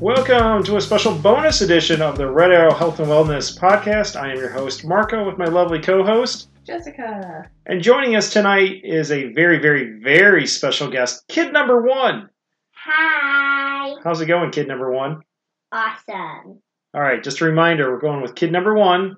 Welcome to a special bonus edition of the Red Arrow Health and Wellness Podcast. I am your host, Marco, with my lovely co host. Jessica. And joining us tonight is a very, very, very special guest, kid number one. Hi. How's it going, kid number one? Awesome. All right, just a reminder we're going with kid number one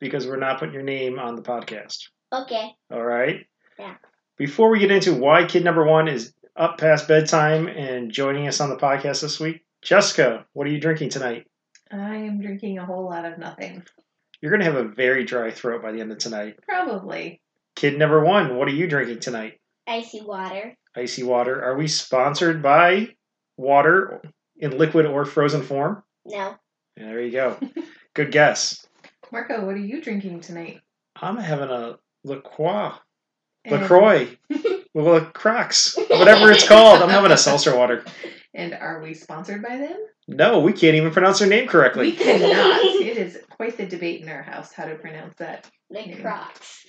because we're not putting your name on the podcast. Okay. All right. Yeah. Before we get into why kid number one is up past bedtime and joining us on the podcast this week, Jessica, what are you drinking tonight? I am drinking a whole lot of nothing. You're going to have a very dry throat by the end of tonight. Probably. Kid number one, what are you drinking tonight? Icy water. Icy water. Are we sponsored by water in liquid or frozen form? No. There you go. Good guess. Marco, what are you drinking tonight? I'm having a LaCroix. And- LaCroix. La Croix. Whatever it's called. I'm having a seltzer water. And are we sponsored by them? No, we can't even pronounce their name We correctly. cannot. it is quite the debate in our house how to pronounce that. The Yeah. Crocs.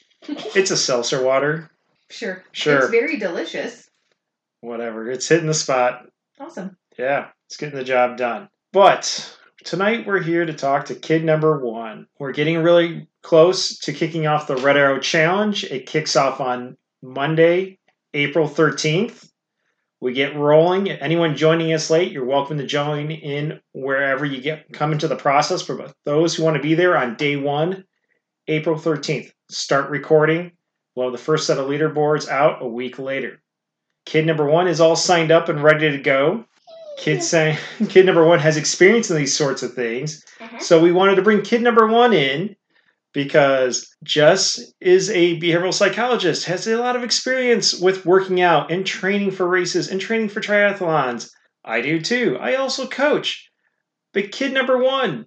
It's a seltzer water. Sure. Sure. It's very delicious. Whatever. It's hitting the spot. Awesome. Yeah, it's getting the job done. But tonight we're here to talk to kid number one. We're getting really close to kicking off the Red Arrow Challenge. It kicks off on Monday, April 13th. We get rolling. Anyone joining us late, you're welcome to join in wherever you get come into the process. But those who want to be there on day one, April 13th, start recording. We'll have the first set of leaderboards out a week later. Kid number one is all signed up and ready to go kid saying kid number one has experience in these sorts of things Uh-huh. so we wanted to bring kid number one in because jess is a behavioral psychologist has a lot of experience with working out and training for races and training for triathlons i do too i also coach but kid number one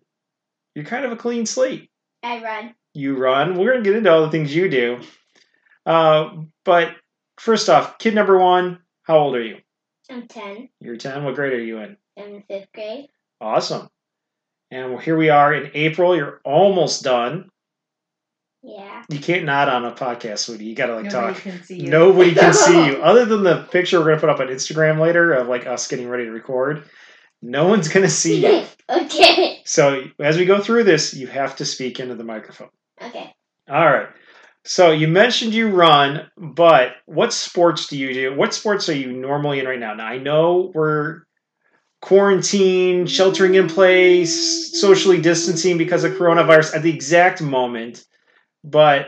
you're kind of a clean slate I run. you run. We're going to get into all the things you do. Uh, but first off, kid number one, how old are you? I'm 10. You're 10. What grade are you in? I'm in fifth grade. Awesome. And here we are in April. You're almost done. Yeah. You can't nod on a podcast, sweetie. You got to like Nobody talk. can see you. Nobody can see you. Other than the picture we're going to put up on Instagram later of like us getting ready to record, no one's going to see you. okay. So as we go through this, you have to speak into the microphone. Okay. All right. So you mentioned you run, but what sports do you do? What sports are you normally in right now? Now I know we're quarantined, sheltering in place, socially distancing because of coronavirus at the exact moment, but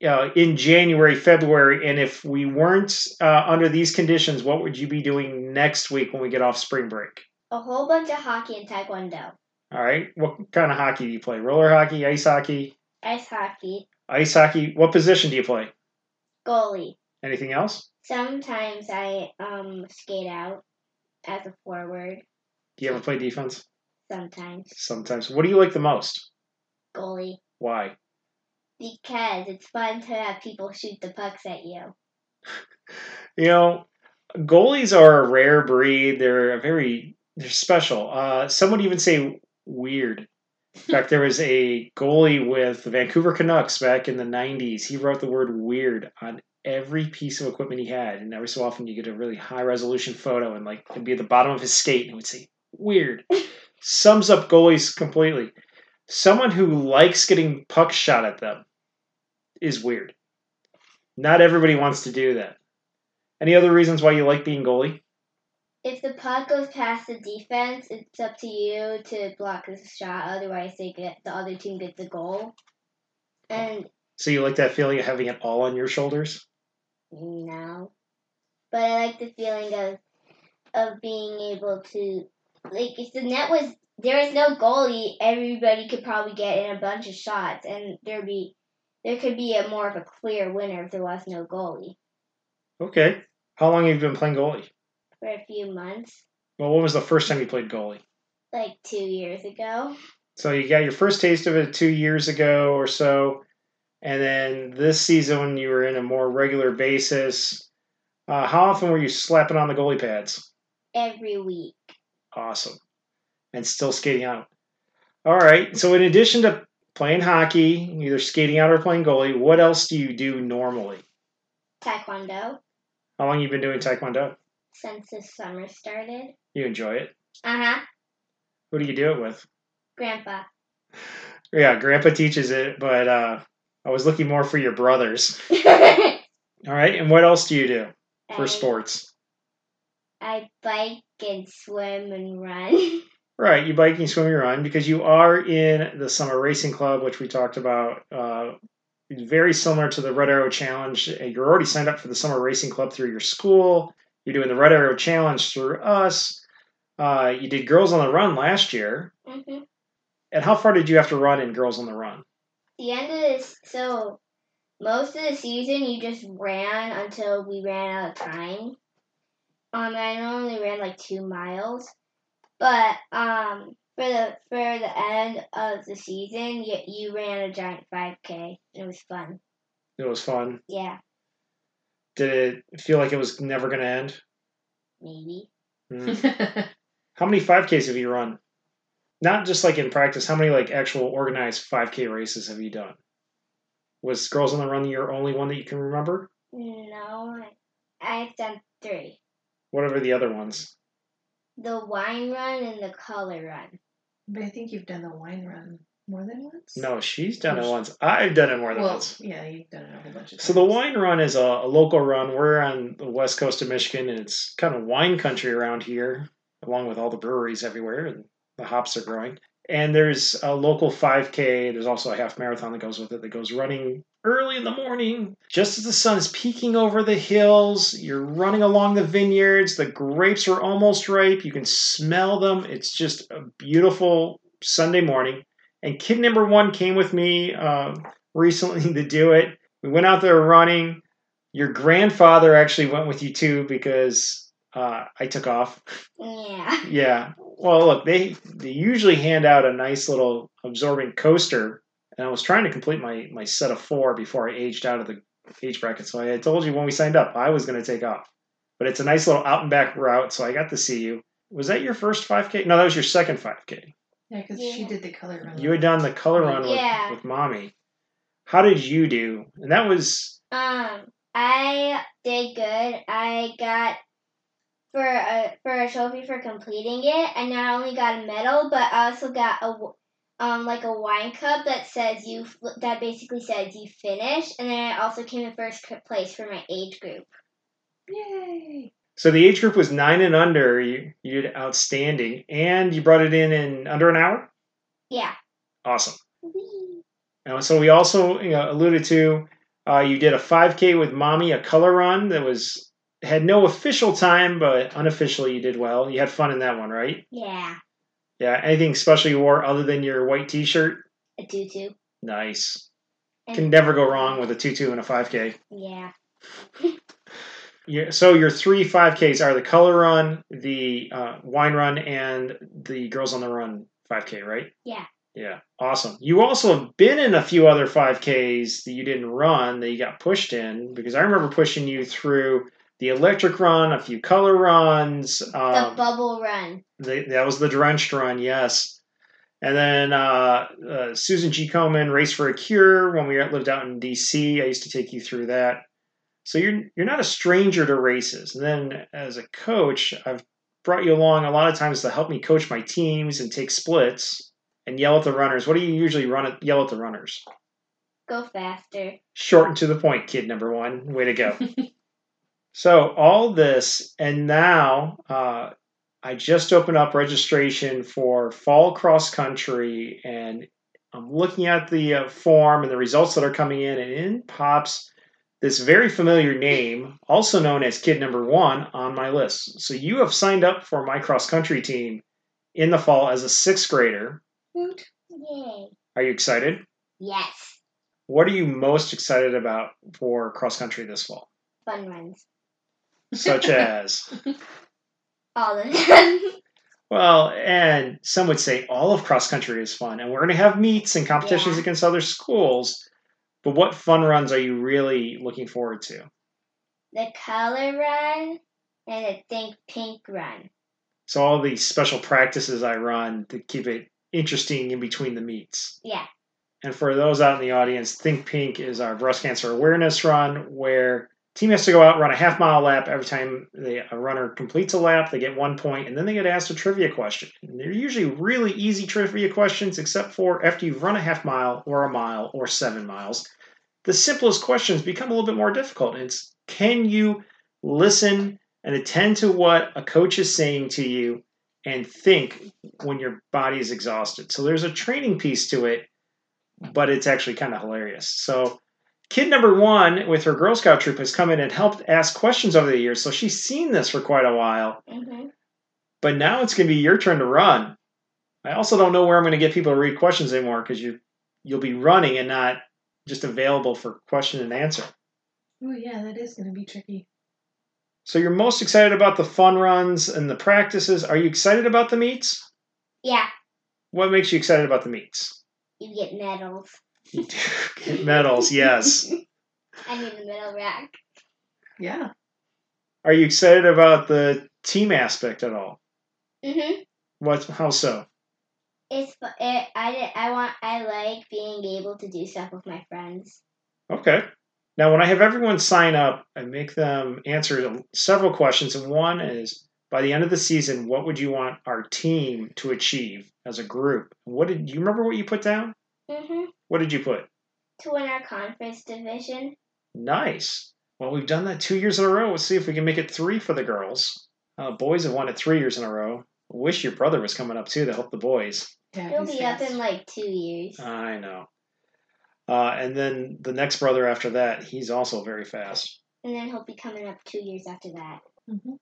you know, in January, February, and if we weren't uh, under these conditions, what would you be doing next week when we get off spring break? A whole bunch of hockey and taekwondo. All right. What kind of hockey do you play? Roller hockey, ice hockey, Ice hockey. ice hockey. What position do you play? Goalie. Anything else? Sometimes I um skate out as a forward. Do you ever play defense? Sometimes Sometimes. What do you like the most? goalie. Why? Because it's fun to have people shoot the pucks at you. You know, goalies are a rare breed. They're a very they're special. Uh, some would even say weird. In fact, there was a goalie with the Vancouver Canucks back in the '90s. He wrote the word "weird" on every piece of equipment he had, and every so often you get a really high resolution photo, and like it'd be at the bottom of his skate, and it would say "weird." Sums up goalies completely. Someone who likes getting puck shot at them is weird. Not everybody wants to do that. Any other reasons why you like being goalie? If the puck goes past the defense, it's up to you to block the shot. Otherwise, they get the other team gets a goal. And So you like that feeling of having it all on your shoulders? no, but I like the feeling of of being able to like if the net was there was no goalie, everybody could probably get in a bunch of shots, and there'd be there could be a more of a clear winner if there was no goalie Okay. How long have you been playing goalie? for a few months, Well, when was the first time you played goalie? like two years ago. So you got your first taste of it two years ago or so, and then this season when you were in a more regular basis. Uh, how often were you slapping on the goalie pads? Every week, Awesome. And still skating out. All right. So in addition to playing hockey, either skating out or playing goalie, what else do you do normally? taekwondo How long you been doing taekwondo? since the summer started. You enjoy it? Uh huh. Who do you do it with? Grandpa. Yeah, Grandpa teaches it, but uh, I was looking more for your brothers. All right, and what else do you do for I- sports? I bike and swim and run. Right, you biking, swimming, run because you are in the summer racing club, which we talked about. Uh, very similar to the Red Arrow Challenge. You're already signed up for the summer racing club through your school. You're doing the Red Arrow Challenge through us. Uh, you did Girls on the Run last year. hmm And how far did you have to run in Girls on the Run? The end of this, so most of the season you just ran until we ran out of time. Um, I only ran like two miles, but um, for the for the end of the season, you, you ran a giant five k. It was fun. It was fun. Yeah, Did it feel like it was never going to end? maybe Mm. how many 5Ks have you run? Not just like in practice, how many like actual organized 5K races have you done? Was Girls on the Run your only one that you can remember? no. I- I've done three: What are the other ones? the wine run and the color run. but I think you've done the wine run more than once. No, she's done it once. I've done it more than Well, once. yeah, you've done it a whole bunch of times. So the wine run is a, a local run. We're on the west coast of Michigan, and it's kind of wine country around here, along with all the breweries everywhere, and the hops are growing. And there's a local 5K. There's also a half marathon that goes with it that goes running early in the morning, just as the sun's peeking over the hills. You're running along the vineyards. The grapes are almost ripe. You can smell them. It's just a beautiful Sunday morning. And kid number one came with me uh, recently to do it. We went out there running. Your grandfather actually went with you too because uh, I took off. Yeah. Yeah. Well, look, they they usually hand out a nice little absorbing coaster, and I was trying to complete my my set of four before I aged out of the age bracket. So I told you when we signed up, I was going to take off, but it's a nice little out and back route, so I got to see you. Was that your first 5K? No, that was your second 5K. Yeah, because she Yeah. did the color run. You had done the color run Yeah. with, with mommy. How did you do? And that was Um, I did good. I got for a for a trophy for completing it. I not only got a medal, but I also got a w- um like a wine cup that says you f- that basically says you finished. And then I also came in first c- place for my age group. Yay! So the age group was nine and under. You you did outstanding, and you brought it in in under an hour. Yeah. Awesome. And so we also you know, alluded to uh, you did a 5K with mommy, a color run that was had no official time, but unofficially you did well. You had fun in that one, right? Yeah. Yeah. Anything special you wore other than your white T-shirt? A tutu. Nice. And- Can never go wrong with a tutu and a 5K. Yeah. Yeah, so your three 5Ks are the color run, the uh, wine run, and the girls on the run 5K, right? Yeah. Yeah. Awesome. You also have been in a few other 5Ks that you didn't run that you got pushed in because I remember pushing you through the electric run, a few color runs. The Um, bubble run. the, that was the drenched run, yes. And then uh, uh, Susan G. Komen, Race for a Cure, when we lived out in D.C., I used to take you through that. So you're you're not a stranger to races. And then as a coach, I've brought you along a lot of times to help me coach my teams and take splits and yell at the runners. What do you usually run at, yell at the runners? Go faster. Short and to the point, kid number one. Way to go. so, all this, and now uh, I just opened up registration for fall cross country, and I'm looking at the uh, form and the results that are coming in, and in pops this very familiar name, also known as kid number one, on my list. So, you have signed up for my cross country team in the fall as a sixth grader. Woot. Yay. Are you excited? Yes. What are you most excited about for cross country this fall? Fun runs. such as All of them. well and some would say all of cross country is fun and we're going to have meets and competitions Yeah. against other schools but what fun runs are you really looking forward to the color run and the think pink run. so all these special practices i run to keep it interesting in between the meets Yeah. and for those out in the audience think pink is our breast cancer awareness run where Team has to go out and run a half mile lap. Every time they, a runner completes a lap, they get one point, and then they get asked a trivia question. And they're usually really easy trivia questions, except for after you've run a half mile or a mile or seven miles, the simplest questions become a little bit more difficult. And it's can you listen and attend to what a coach is saying to you and think when your body is exhausted? So there's a training piece to it, but it's actually kind of hilarious. So kid number one with her Girl Scout troop has come in and helped ask questions over the years. So she's seen this for quite a while, Mm-hmm. but now it's going to be your turn to run. I also don't know where I'm going to get people to read questions anymore because you you'll be running and not just available for question and answer. Oh yeah, that is going to be tricky. So you're most excited about the fun runs and the practices. Are you excited about the meets? Yeah, What makes you excited about the meets? you get medals. You do get medals, yes. I need the medal rack. Yeah. Are you excited about the team aspect at all? Mm-hmm. What? How so? It's fu- it, I did, I want I like being able to do stuff with my friends. Okay. Now, when I have everyone sign up, I make them answer several questions, and one is by the end of the season, what would you want our team to achieve as a group? What did you remember? What you put down? Mm-hmm. What did you put? To win our conference division. Nice. Well, we've done that two years in a row. Let's see if we can make it three for the girls. Uh, boys have won it three years in a row. Wish your brother was coming up too to help the boys. yeah He'll he's be up fast. in like two years. I know. Uh, and then the next brother after that, he's also very fast. and then he'll be coming up two years after that. Mhm.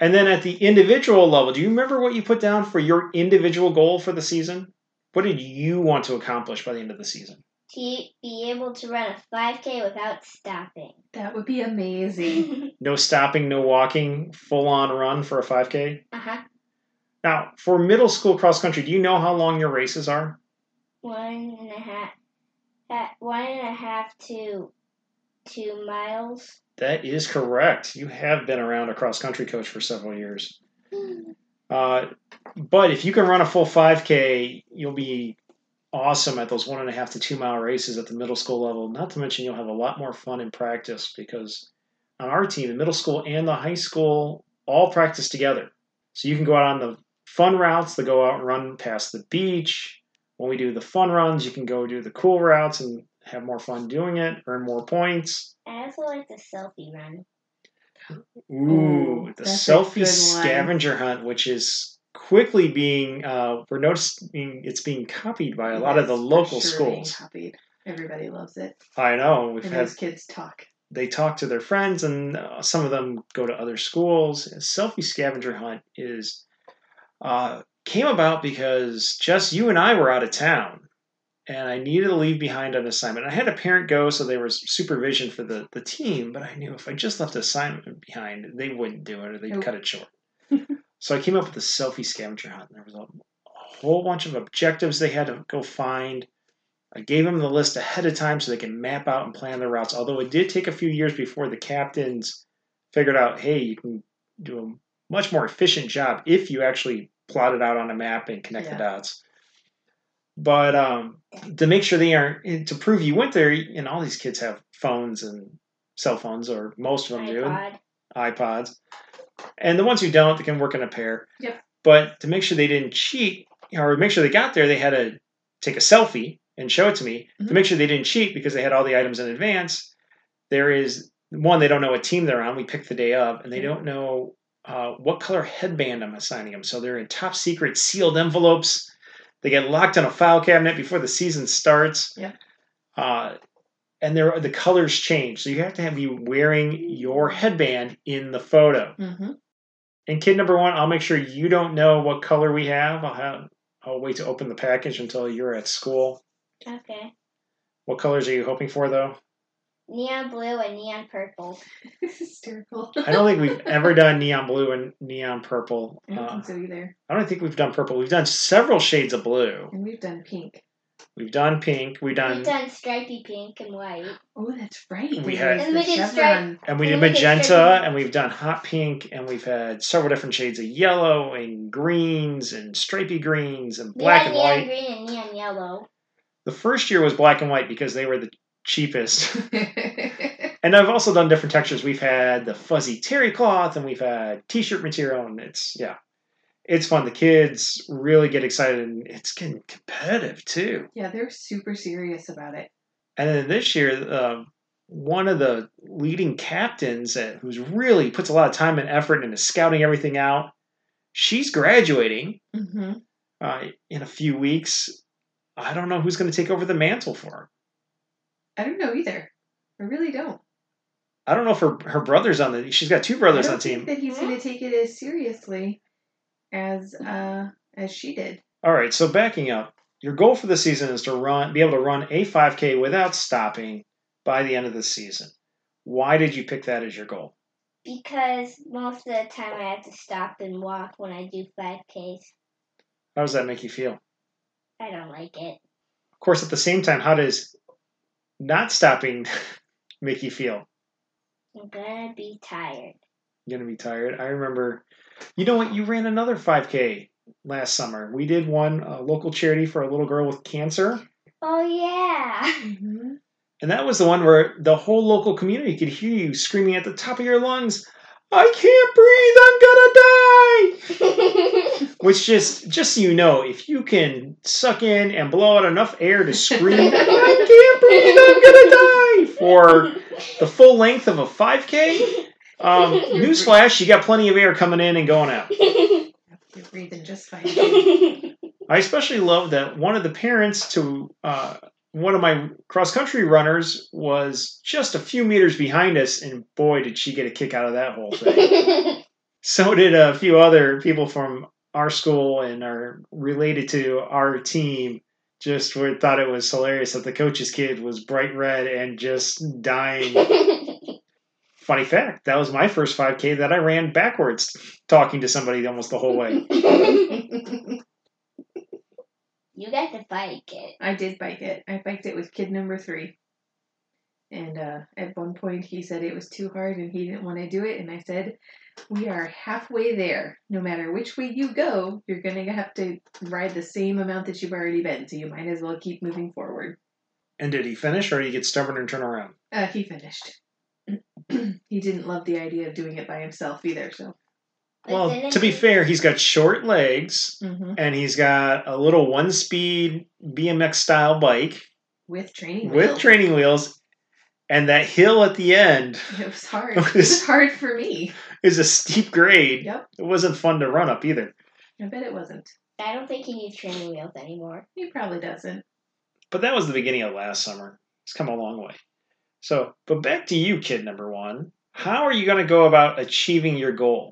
And then at the individual level, do you remember what you put down for your individual goal for the season? What did you want to accomplish by the end of the season? To be able to run a 5K without stopping. That would be amazing. uh No stopping, no walking, full on run for a 5K? huh. Now, for middle school cross country, do you know how long your races are? One and a half. At one and a half to two miles. That is correct. You have been around a cross country coach for several years. Uh, but if you can run a full 5K, you'll be awesome at those one and a half to two mile races at the middle school level. Not to mention, you'll have a lot more fun in practice because on our team, the middle school and the high school all practice together. So you can go out on the fun routes that go out and run past the beach. When we do the fun runs, you can go do the cool routes and have more fun doing it, earn more points. I also like the selfie run. Ooh, Ooh, the that's a selfie good one. scavenger hunt, which is quickly being uh, we're noticing it's being copied by a lot of the Yes, for local sure being schools. copied. Everybody loves it. I know we've And had those kids talk. they talk to their friends, and uh, some of them go to other schools. And selfie scavenger hunt is uh, came about because just you and I were out of town, and I needed to leave behind an assignment. I had a parent go, so there was supervision for the the team. But I knew if I just left the assignment behind, they wouldn't do it, or they'd Nope. cut it short. so I came up with the selfie scavenger hunt, and there was a a whole bunch of objectives they had to go find. I gave them the list ahead of time so they can map out and plan their routes. Although it did take a few years before the captains figured out, hey, you can do a much more efficient job if you actually plot it out on a map and connect the Yeah. dots. But um, to make sure they aren't, to prove you went there, and all these kids have phones and cell phones, or most of them do, and iPod. iPods. And the ones who don't, they can work in a pair. Yep. But to make sure they didn't cheat, or make sure they got there, they had to take a selfie and show it to me Mhm. to make sure they didn't cheat because they had all the items in advance. There is one, they don't know what team they're on. We picked the day of, and they Yeah. don't know uh, what color headband I'm assigning them. So they're in top secret sealed envelopes. They get locked in a file cabinet before the season starts. Yeah. Uh, and there are, the colors change, so you have to have you wearing your headband in the photo. Mm-hmm. And kid number one, I'll make sure you don't know what color we have. I'll have I'll wait to open the package until you're at school. Okay. What colors are you hoping for though? Neon blue and neon purple. Hysterical. I don't think we've ever done neon blue and neon purple. I don't Uh, think so either. I don't think we've done purple. We've done several shades of blue. And we've done pink. We've done pink. We've done, We've done stripy pink and white. Oh, that's right. We There had- was And the we did chevron. and we did we did magenta, stripy. and we've done hot pink, and we've had several different shades of yellow and greens and stripy greens and We black had and neon white. green and neon yellow. The first year was black and white because they were the cheapest. And I've also done different textures. We've had the fuzzy terry cloth, and we've had t-shirt material, and it's yeah, it's fun. The kids really get excited, and it's getting competitive too. Yeah, they're super serious about it. And then this year, uh, one of the leading captains, uh, who's really puts a lot of time and effort into scouting everything out, she's graduating Mm-hmm. uh, in a few weeks. I don't know who's going to take over the mantle for her. I don't know either. I really don't. I don't know if her, her brother's on the. She's got two brothers I on don't the team. think that he's going to take it as seriously as uh, as she did. All right, so backing up, your goal for the season is to run, be able to run a 5K without stopping by the end of the season. Why did you pick that as your goal? Because most of the time I have to stop and walk when I do 5Ks. How does that make you feel? Of I don't like it. course, at the same time, how does not stopping make you feel? I'm gonna be tired. You're gonna be tired. I remember, you know what? You ran another 5K last summer. We did one a local charity for a little girl with cancer, Oh yeah! Mm-hmm. and that was the one where the whole local community could hear you screaming at the top of your lungs, "I can't breathe! I'm gonna die!" Which just just so you know, if you can suck in and blow out enough air to scream, I can't breathe, I'm gonna die for the full length of a 5K. Um, newsflash, you got plenty of air coming in and going out. You're breathing just fine. I especially love that one of the parents to uh, one of my cross country runners was just a few meters behind us, and boy, did she get a kick out of that whole thing. so did a few other people from our school and are related to our team just were, thought it was hilarious that the coach's kid was bright red and just dying funny fact that was my first 5k that i ran backwards talking to somebody almost the whole way you got to fight, kid. I did bike it. I biked it with kid number three. And uh, at one point, he said it was too hard and he didn't want to do it. And I said, We are halfway there. No matter which way you go, you're going to have to ride the same amount that you've already been. So you might as well keep moving forward. and did he finish or did he get stubborn and turn around Uh, he finished. he didn't love the idea of doing it by himself either. So, But well didn't to be you- fair he's got short legs mm-hmm. and he's got a little one speed bmx style bike with training, with wheels, training wheels and that hill at the end it was hard. it was hard for me. is a steep grade Yep. it wasn't fun to run up either. I bet it wasn't. I don't think he needs training wheels anymore. He probably doesn't. But that was the beginning of last summer. It's come a long way. So, but back to you, kid number one. How are you going to go about achieving your goal?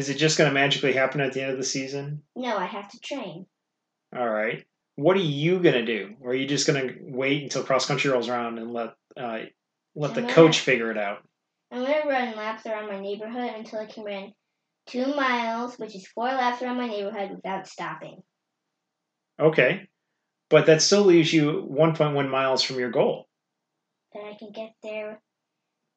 Is it just going to magically happen at the end of the season? No, I have to train. All right. What are you going to do? Or are you just going to wait until cross country rolls around and let uh, let the I'm coach not. figure it out? I'm gonna run laps around my neighborhood until I can run two miles, which is four laps around my neighborhood without stopping. Okay. But that still leaves you 1.1 miles from your goal. Then I can get there.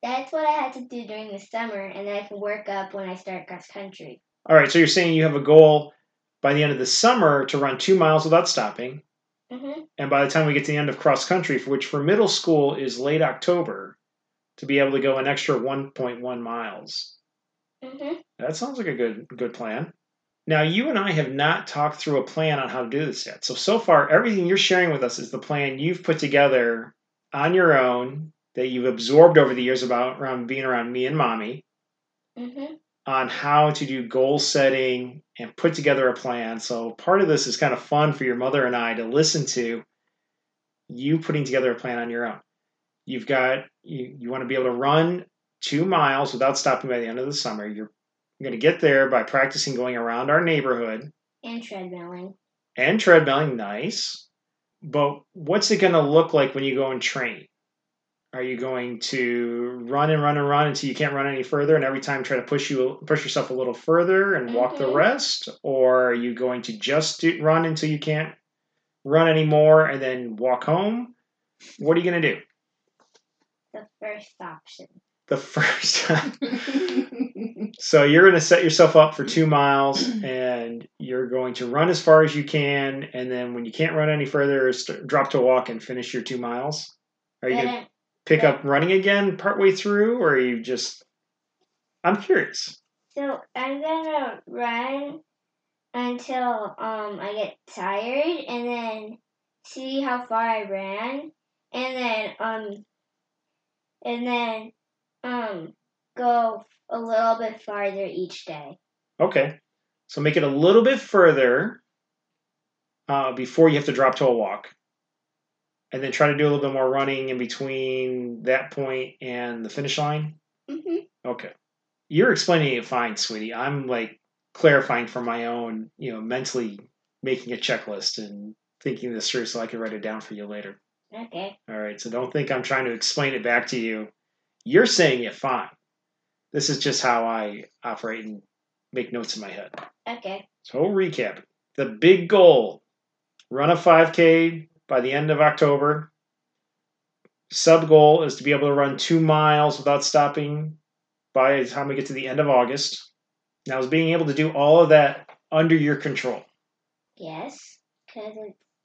That's what I had to do during the summer, and then I can work up when I start cross country. All right. So you're saying you have a goal by the end of the summer to run two miles without stopping. hmm And by the time we get to the end of cross country, for which for middle school is late October, to be able to go an extra 1.1 miles. hmm That sounds like a good good plan. Now you and I have not talked through a plan on how to do this yet. So so far everything you're sharing with us is the plan you've put together on your own that you've absorbed over the years about around being around me and mommy hmm on how to do goal setting and put together a plan. So part of this is kind of fun for your mother and I to listen to you putting together a plan on your own. You've got you, you want to be able to run two miles without stopping by the end of the summer. You're, you're going to get there by practicing going around our neighborhood And treadmilling. and treadmilling. Nice, but what's it going to look like when you go and train? Are you going to run and run and run until you can't run any further, and every time try to push you push yourself a little further and walk the Mhm. rest, or are you going to just do, run until you can't run anymore and then walk home? What are you going to do? The first option. The first time. So you're going to set yourself up for two miles, and you're going to run as far as you can, and then when you can't run any further, st- drop to a walk and finish your two miles. Are you Then going to I- pick up running again partway through, or are you just? I'm curious. So I'm gonna run until um I get tired and then see how far I ran and then um and then um go a little bit farther each day. Okay, so make it a little bit further uh, before you have to drop to a walk, and then try to do a little bit more running in between that point and the finish line. Mhm. Okay. You're explaining it fine, sweetie. I'm like clarifying for my own, you know, mentally making a checklist and thinking this through so I can write it down for you later. Okay. All right. So don't think I'm trying to explain it back to you. You're saying it fine. This is just how I operate and make notes in my head. Okay. So we'll recap the big goal run a 5K by the end of October. Sub goal is to be able to run two miles without stopping by the time we get to the end of August. Now, is being able to do all of that under your control. Yes, because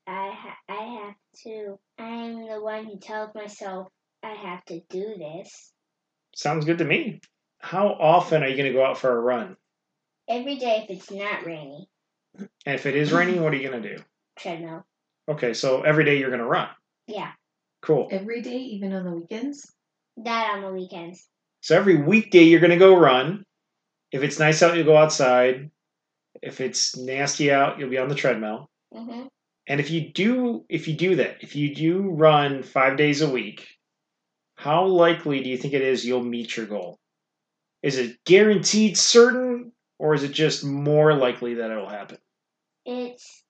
I ha- I have to. I'm the one who tells myself I have to do this Sounds good to me. How often are you going to go out for a run? every day if it's not rainy. And if it is raining, what are you going to do? Treadmill. Okay, so every day you're going to run. Yeah, Cool. Every day, even on the weekends. not on the weekends. So every weekday you're going to go run. If it's nice out, you'll go outside. If it's nasty out, you'll be on the treadmill. Mhm. And if you do if you do that, if you do run 5 days a week, how likely do you think it is you'll meet your goal? Is it guaranteed certain or is it just more likely that it'll happen? It's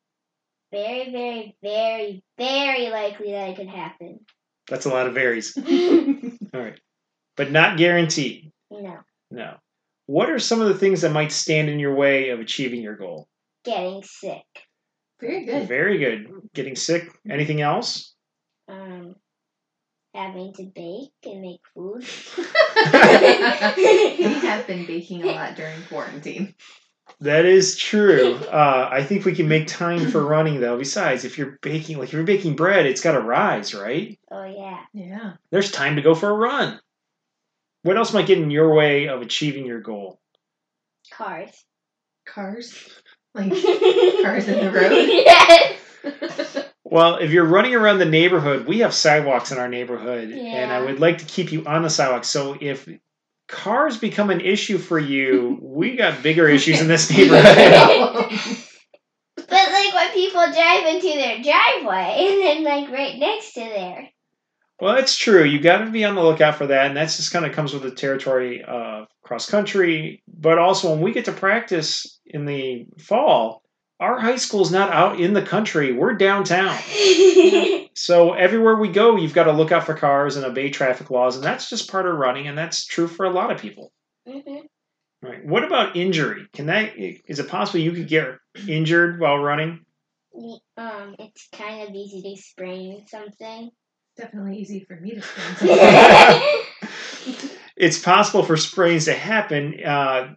very, very, very, very likely that it could happen. That's a lot of varies. Ooh, All right. But not guaranteed. No, No. What are some of the things that might stand in your way of achieving your goal? getting sick. Very good. Very good. Getting sick. Anything else? Um, having to bake and make food. we have been baking a lot during quarantine. That is true. Uh, I think we can make time for running though. Besides, if you're baking, like if you're baking bread, it's got to rise, right? oh yeah. Yeah. There's time to go for a run. What else might get in your way of achieving your goal? Cars. Cars. Like, Cars in the road? Yes. Well, if you're running around the neighborhood, we have sidewalks in our neighborhood, and I Yeah. would like to keep you on the sidewalk. So if cars become an issue for you, we got bigger issues in this neighborhood. But like when people drive into their driveway and then like right next to there. Well, that's true. You got to be on the lookout for that, and that's just kind of comes with the territory of cross country. But also, when we get to practice in the fall, our high school's not out in the country; we're downtown. So everywhere we go, you've got to look out for cars and obey traffic laws, and that's just part of running, and that's true for a lot of people. Mhm. All Right? What about injury? Can that is it possible you could get injured while running? Um, it's kind of easy to sprain something. Definitely easy for me to find. yeah. It's possible for sprains to happen. Uh,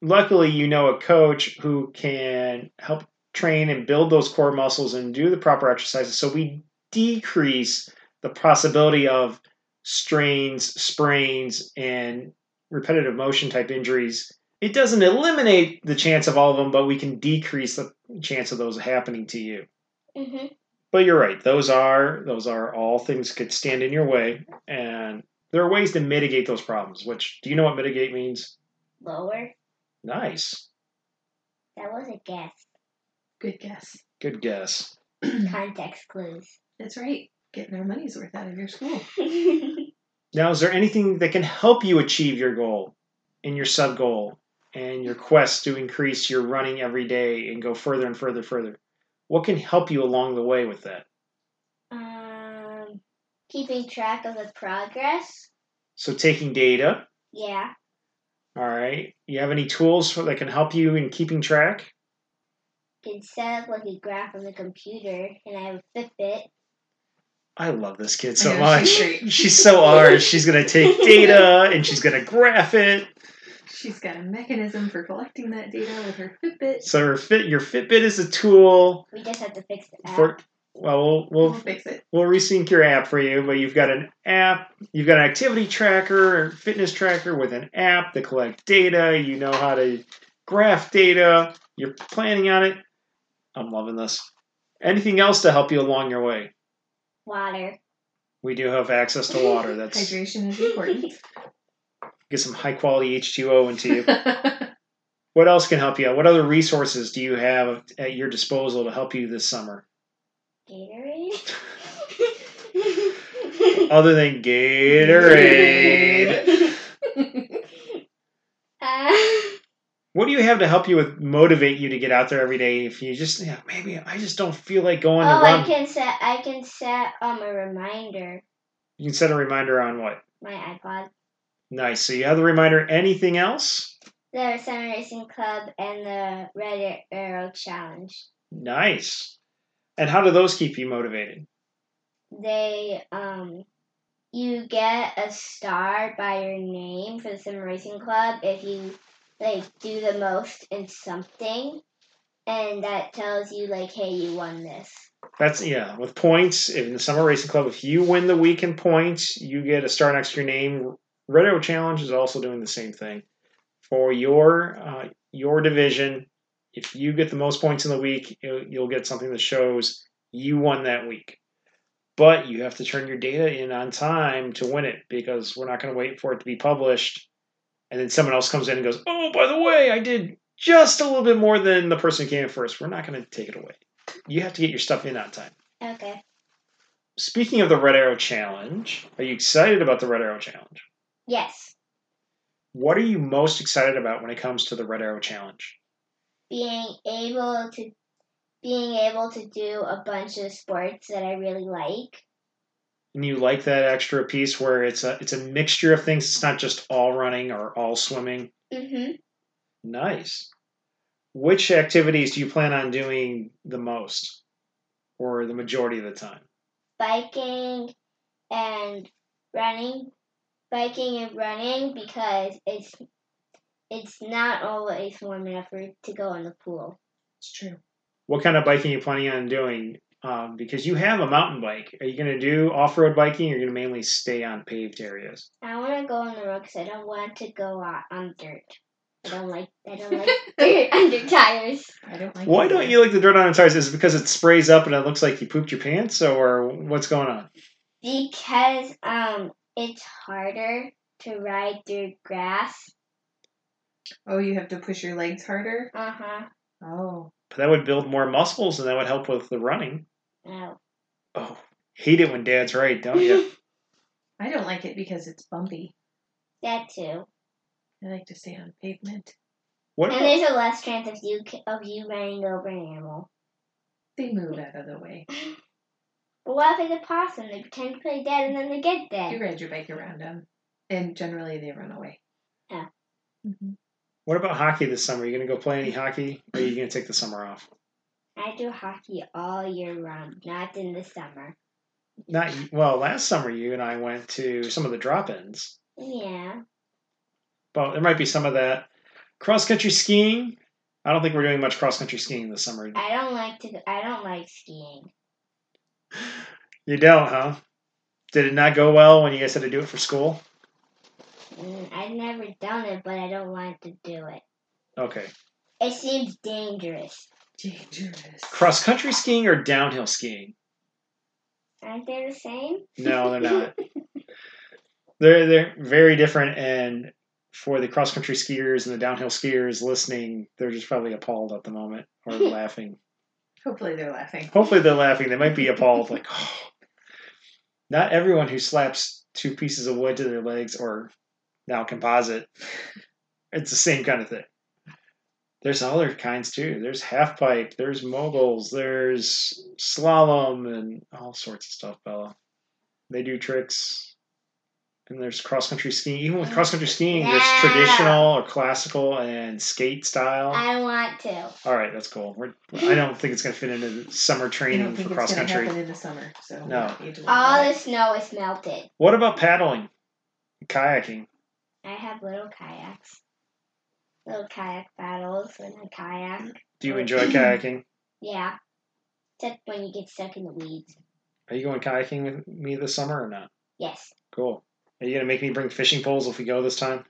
luckily you know a coach who can help train and build those core muscles and do the proper exercises so we decrease the possibility of strains sprains and repetitive motion type injuries it doesn't eliminate the chance of all of them but we can decrease the chance of those happening to you Mhm. but you're right those are those are all things could stand in your way and there are ways to mitigate those problems which do you know what mitigate means Lower. nice That was a guess. Good guess. Good guess. Mm-hmm. Context clues. That's right. Getting our money's worth out of your school. Now, is there anything that can help you achieve your goal and your sub goal and your quest to increase your running every day and go further and further, further? What can help you along the way with that? um, keeping track of the progress. So, taking data, Yeah. all right. You have any tools for, that can help you in keeping track? Can set up like a graph on the computer, and I have a Fitbit. I love this kid I so know, much. she's great. She's so ours. She's going to take data and she's going to graph it. She's got a mechanism for collecting that data with her Fitbit. So, her fit, your Fitbit is a tool We just have to fix the app. for Well, we'll We'll we'll, fix it. we'll resync your app for you, but you've got an app, you've got an activity tracker, fitness tracker with an app that collect data. You know how to graph data. You're planning on it. I'm loving this. Anything else to help you along your way? Water. We do have access to water. That's Hydration is important. get some high quality H2O into you. What else can help you out? What other resources do you have at your disposal to help you this summer? Gatorade. Other than Gatorade. uh, What do you have to help you with motivate you to get out there every day if you just yeah, maybe I just don't feel like oh, going to I run. can set. I can set um a reminder. You can set a reminder on what? My iPod. Nice. So you have the reminder. Anything else? The Sun Racing Club and the Red Arrow Challenge. Nice. And how do those keep you motivated? they um you get a star by your name for the sim racing club if you like do the most in something and that tells you like hey you won this That's yeah, with points in the summer racing club. If you win the week in points, you get a star next to your name. Red Arrow Challenge is also doing the same thing for your uh, your division. If you get the most points in the week, you- you'll get something that shows you won that week. But you have to turn your data in on time to win it because we're not going to wait for it to be published, and then someone else comes in and goes, "Oh, by the way, I did just a little bit more than the person who came in first. We're not going to take it away. You have to get your stuff in on time. okay Speaking of the Red Arrow Challenge, are you excited about the Red Arrow Challenge? yes What are you most excited about when it comes to the Red Arrow Challenge? being able to being able to do a bunch of sports that i really like And you like that extra piece where it's a it's a mixture of things. It's not just all running or all swimming. mm-hmm Nice. Which activities do you plan on doing the most or the majority of the time? biking and running biking and running because it's it's not always warm enough for to go in the pool it's true. What kind of biking are you planning on doing? Um, because you have a mountain bike. Are you going to do off road biking? Or are you going to mainly stay on paved areas? i want to go on the road because i don't want to go on, on dirt i don't like i don't like I dirt under tires don't like Why it. don't you like the dirt on your tires? Is it because it sprays up and it looks like you pooped your pants, or what's going on? because um it's harder to ride through grass Oh, you have to push your legs harder? uh-huh Oh. But that would build more muscles and that would help with the running. no Oh, hate it when dad's right, don't you? I don't like it because it's bumpy. that too I like to stay on pavement. What and about, there's a less chance of you of you running over an animal They move out of the way. But what if it's a possum? They pretend to play dead and then they get You dead. ride your bike around them, and generally they run away. Yeah. hmm what about hockey this summer? Are you going to go play any hockey, or are you going to take the summer off? I do hockey all year round, not in the summer. Not well. Last summer, you and I went to some of the drop-ins, Yeah. but there might be some of that cross-country skiing. I don't think we're doing much cross-country skiing this summer. I don't like to I don't like skiing. You don't, huh? Did it not go well when you guys had to do it for school? Mm, I've never done it, but I don't want to do it. Okay. It seems dangerous. Dangerous. Cross country skiing or downhill skiing? Aren't they the same? No, they're not. they're they're very different. And for the cross country skiers and the downhill skiers listening, they're just probably appalled at the moment or laughing. Hopefully they're laughing. Hopefully, they're laughing. They might be appalled, like, oh. not everyone who slaps two pieces of wood to their legs or now composite. It's the same kind of thing. There's other kinds too. There's half pipe. There's moguls. There's slalom and all sorts of stuff, Bella. They do tricks. And there's cross country skiing. Even with cross country skiing, there's Yeah. traditional or classical and skate style. I don't want to. Oh. All right, that's cool. We're, I don't think it's going to fit into the summer I training don't think for it's cross going to country. happen in the summer, so we No. don't need to worry about All it. the snow is melted. What about paddling, kayaking? I have little kayaks. Little kayak battles in a kayak. Uh, Do you enjoy kayaking? Yeah. except when you get stuck in the weeds. Are you going kayaking with me this summer or not? Yes, Cool. Are you gonna make me bring fishing poles if we go this time?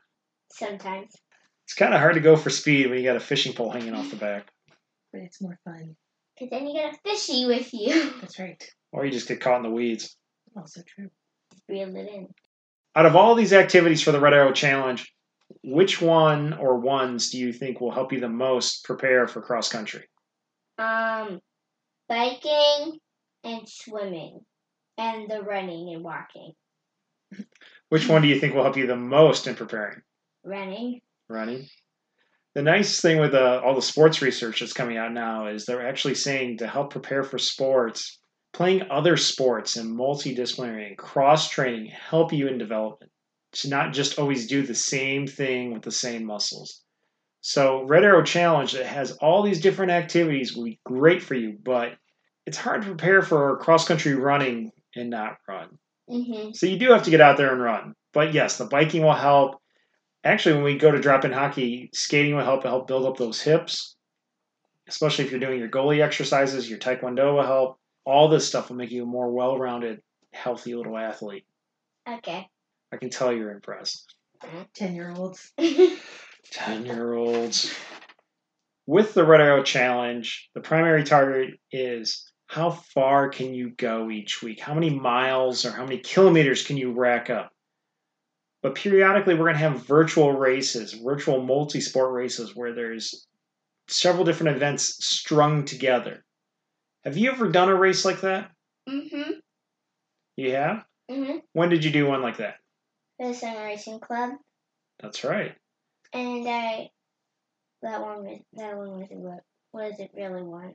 sometimes. It's kind of hard to go for speed when you got a fishing pole hanging off the back, But it's more fun. Because then you got a fishy with you. That's right. or you just get caught in the weeds. Also true. Reel it in. Out of all these activities for the Red Arrow Challenge, which one or ones do you think will help you the most prepare for cross country? Um, biking and swimming, and the running and walking. Which one do you think will help you the most in preparing? Running. Running. The nice thing with uh, all the sports research that's coming out now is they're actually saying to help prepare for sports, playing other sports and multidisciplinary and cross training help you in development. To not just always do the same thing with the same muscles. So Red Arrow Challenge that has all these different activities will be great for you, but it's hard to prepare for cross country running and not run. Mhm. So you do have to get out there and run. But yes, the biking will help. Actually, when we go to drop in hockey, skating will help help build up those hips, especially if you're doing your goalie exercises. Your taekwondo will help. All this stuff will make you a more well-rounded, healthy little athlete. Okay. I can tell you're impressed. Ten year olds. Ten-year-olds. With the Red Arrow Challenge, the primary target is how far can you go each week? How many miles or how many kilometers can you rack up? But periodically, we're going to have virtual races, virtual multi sport races where there's several different events strung together. Have you ever done a race like that? Mm-hmm. mhm. You have? Mhm. When did you do one like that? For the Summer Racing Club, That's right. and I that one was that one wasn't what wasn't really one.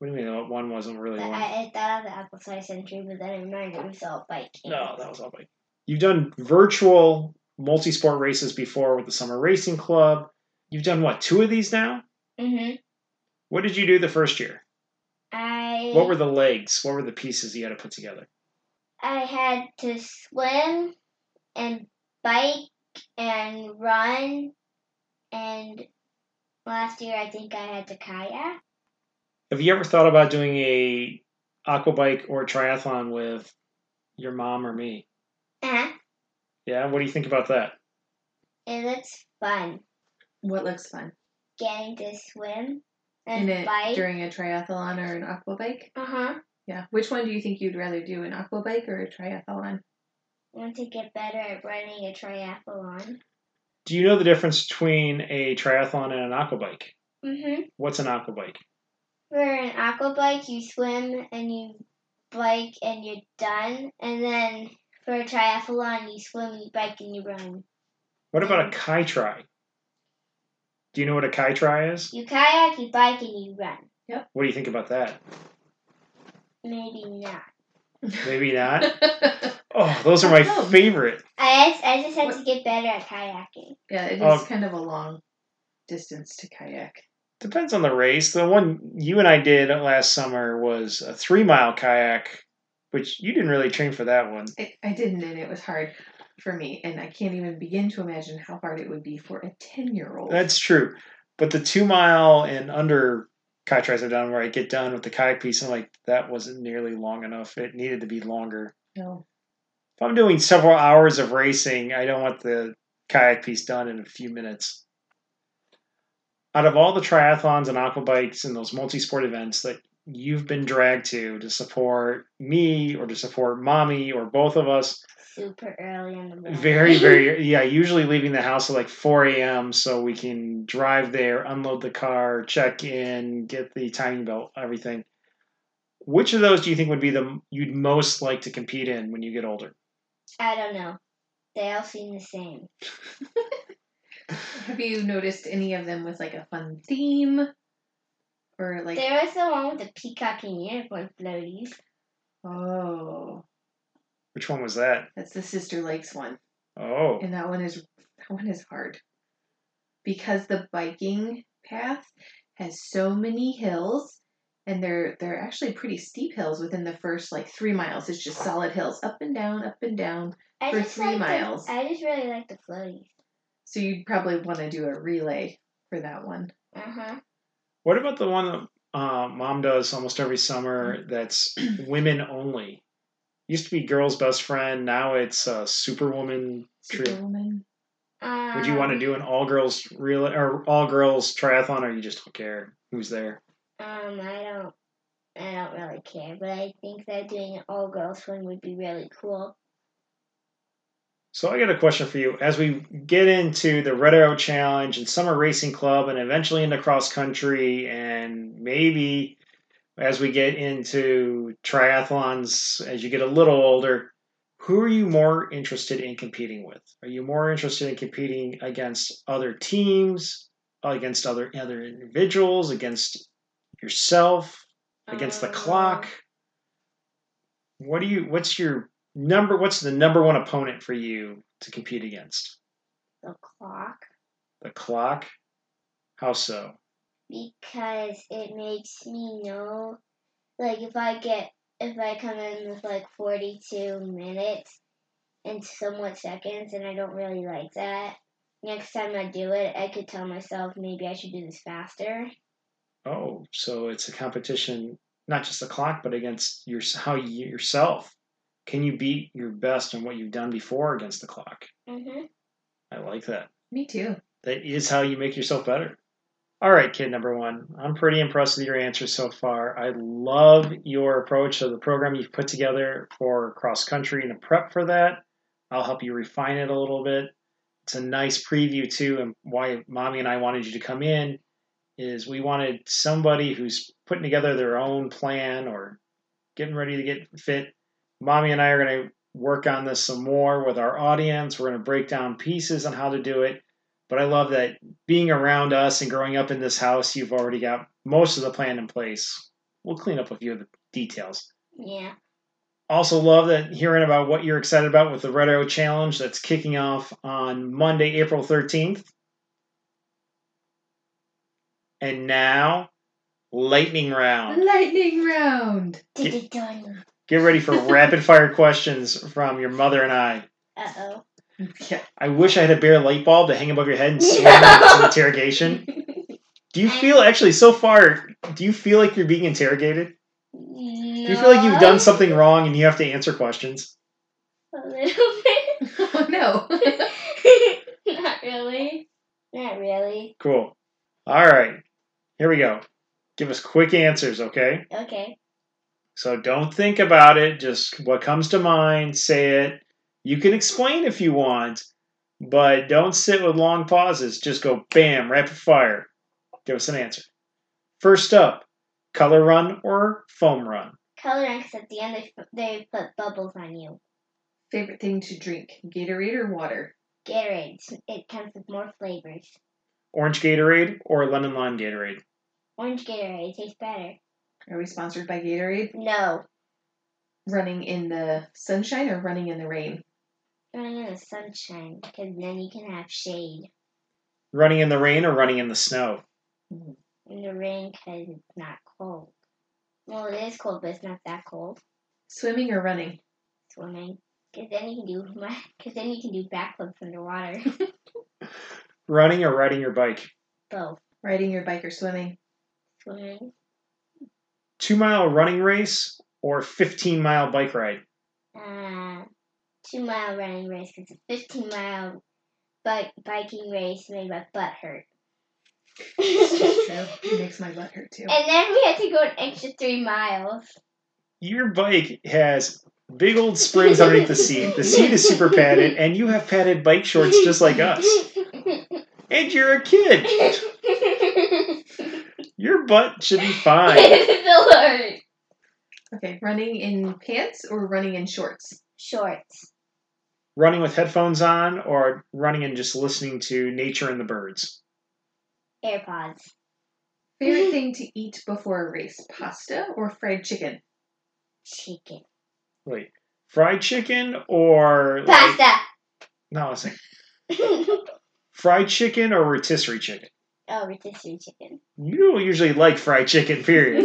What do you mean that one wasn't really But one? I, I thought of the apple cider century, but then it reminded me of salt biking. No, that was all bike. You've done virtual multi sport races before with the Summer Racing Club. You've done what, two of these now? Mhm. What did you do the first year? I What were the legs? What were the pieces you had to put together? I had to swim and bike and run and last year I think I had to kayak. Have you ever thought about doing a aquabike or triathlon with your mom or me? Uh-huh. Yeah, what do you think about that? It looks fun What looks fun? getting to swim In and it bike. during a triathlon or an aquabike? uh huh. Yeah. Which one do you think you'd rather do, an aquabike or a triathlon? Want to get better at running a triathlon. Do you know the difference between a triathlon and an aquabike? Mm-hmm. What's an aquabike? For an aqua bike, you swim and you bike and you're done. And then for a triathlon, you swim, you bike, and you run. What about a kai tri? Do you know what a kai tri is? You kayak, you bike, and you run. What do you think about that? Maybe not. Maybe not. Oh, those are my Oh. favorite. I just, I just had to get better at kayaking. yeah, it is Oh. kind of a long distance to kayak. Depends on the race. The one you and I did last summer was a three mile kayak, which you didn't really train for that one. I, I didn't, and it was hard for me, and I can't even begin to imagine how hard it would be for a 10 year old. That's true. But the two mile and under kai tries I've done where I get done with the kayak piece, I'm like, that wasn't nearly long enough. It needed to be longer. No. If I'm doing several hours of racing, I don't want the kayak piece done in a few minutes. Out of all the triathlons and aquabikes and those multi sport events that you've been dragged to to support me or to support mommy or both of us, Super early in the morning. very, very, yeah, usually leaving the house at like 4 a.m. so we can drive there, unload the car, check in, get the timing belt, everything. Which of those do you think would be the you'd most like to compete in when you get older? I don't know. They all seem the same. Have you noticed any of them with like a fun theme? Or like, There was the one with the peacock and unicorn floaties. oh, Which one was that? that's the Sister Lakes one. Oh, and that one is that one is hard because the biking path has so many hills and they're they're actually pretty steep hills within the first like three miles it's just solid hills up and down up and down I For just three like the- miles. I just really like the floaties. so you'd probably want to do a relay for that one Uh huh. what about the one that uh, mom does almost every summer that's women only. Used to be girls' best friend. Now it's uh, Superwoman. True. Superwoman. Um, Would you want to do an all girls real or all girls triathlon, or you just don't care who's there? Um, I don't. I don't really care, but I think that doing an all girls one would be really cool. So I got a question for you. As we get into the Red Arrow Challenge and Summer Racing Club, and eventually into cross country, and maybe as we get into triathlons, as you get a little older, who are you more interested in competing with? Are you more interested in competing against other teams, against other other individuals, against yourself, against Um, the clock? What do you? What's your number? What's the number one opponent for you to compete against? The clock, The clock. How so? because it makes me know, like, if I get if I come in with like forty two minutes and somewhat seconds, and I don't really like that. Next time I do it, I could tell myself maybe I should do this faster. Oh, so it's a competition, not just the clock, but against your how you, yourself. Can you beat your best and what you've done before against the clock? Mhm. I like that. Me too. That is how you make yourself better. All right, kid number one. I'm pretty impressed with your answers so far. I love your approach to the program you've put together for cross country and the prep for that. I'll help you refine it a little bit. It's a nice preview, too, and why mommy and I wanted you to come in is we wanted somebody who's putting together their own plan or getting ready to get fit. Mommy and I are going to work on this some more with our audience. We're going to break down pieces on how to do it. But I love that being around us and growing up in this house, you've already got most of the plan in place. We'll clean up a few of the details. Yeah. Also, love that hearing about what you're excited about with the Red Arrow Challenge that's kicking off on Monday, April 13th. And now, lightning round. Lightning round. Get- Uh Get ready for rapid fire questions from your mother and I. oh. Yeah. I wish I had a bare light bulb to hang above your head and swing at an interrogation. Do you feel actually so far? Do you feel like you're being interrogated? Do you feel like you've done something wrong and you have to answer questions? A little bit. oh no. Not really. Not really. Cool. All right, here we go. Give us quick answers, okay? Okay. So don't think about it. Just what comes to mind, say it. You can explain if you want, but don't sit with long pauses. Just go bam, rapid fire. Give us an answer. First up, color run or foam run? Color run, 'cause at the end they, they put bubbles on you. Favorite thing to drink: Gatorade or water? Gatorade. It comes with more flavors. Orange Gatorade or lemon lime Gatorade? Orange Gatorade tastes better. Are we sponsored by Gatorade? No. Running in the sunshine or running in the rain? Running in the sunshine, 'cause then you can have shade. Running in the rain or running in the snow? In the rain, 'cause it's not cold. Well, it is cold, but it's not that cold. Swimming or running? Swimming. 'Cause then you can do because then you can do backflips underwater. Running or riding your bike? Both Riding your bike or swimming? swimming. Two mile running race or 15 mile bike ride? Uh, two mile running race. 'cause It's a fifteen mile bike biking race made my butt hurt. It's and true. It makes my butt hurt too. then we had to go an extra three miles. Your bike has big old springs underneath the seat. The seat is super padded, and you have padded bike shorts just like us. And you're a kid. Your butt should be fine. It still hurts. Okay, running in pants or running in shorts? Shorts. Running with headphones on or running and just listening to nature and the birds? AirPods. Favorite thing to eat before a race: pasta or fried chicken? Chicken. Wait, fried chicken or. Like, Pasta. no, it's like oh, fried chicken or rotisserie chicken? rotisserie chicken. You don't usually like fried chicken, period.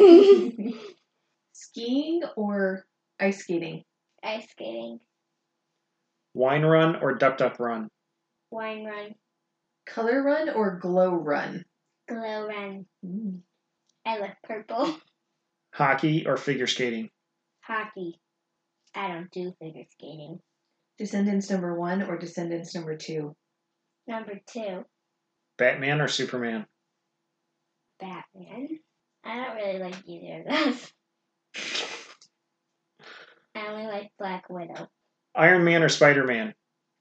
Skiing or ice skating? Ice skating. Wine Run or Duck Duck Run? Wine run. Color run or glow run? Glow run. I like purple. Hockey or figure skating? Hockey. I don't do figure skating. Descendants number one or Descendants number two? Number two, Batman or Superman? Batman. I don't really like either of those. I only like Black Widow. Iron Man or Spider Man?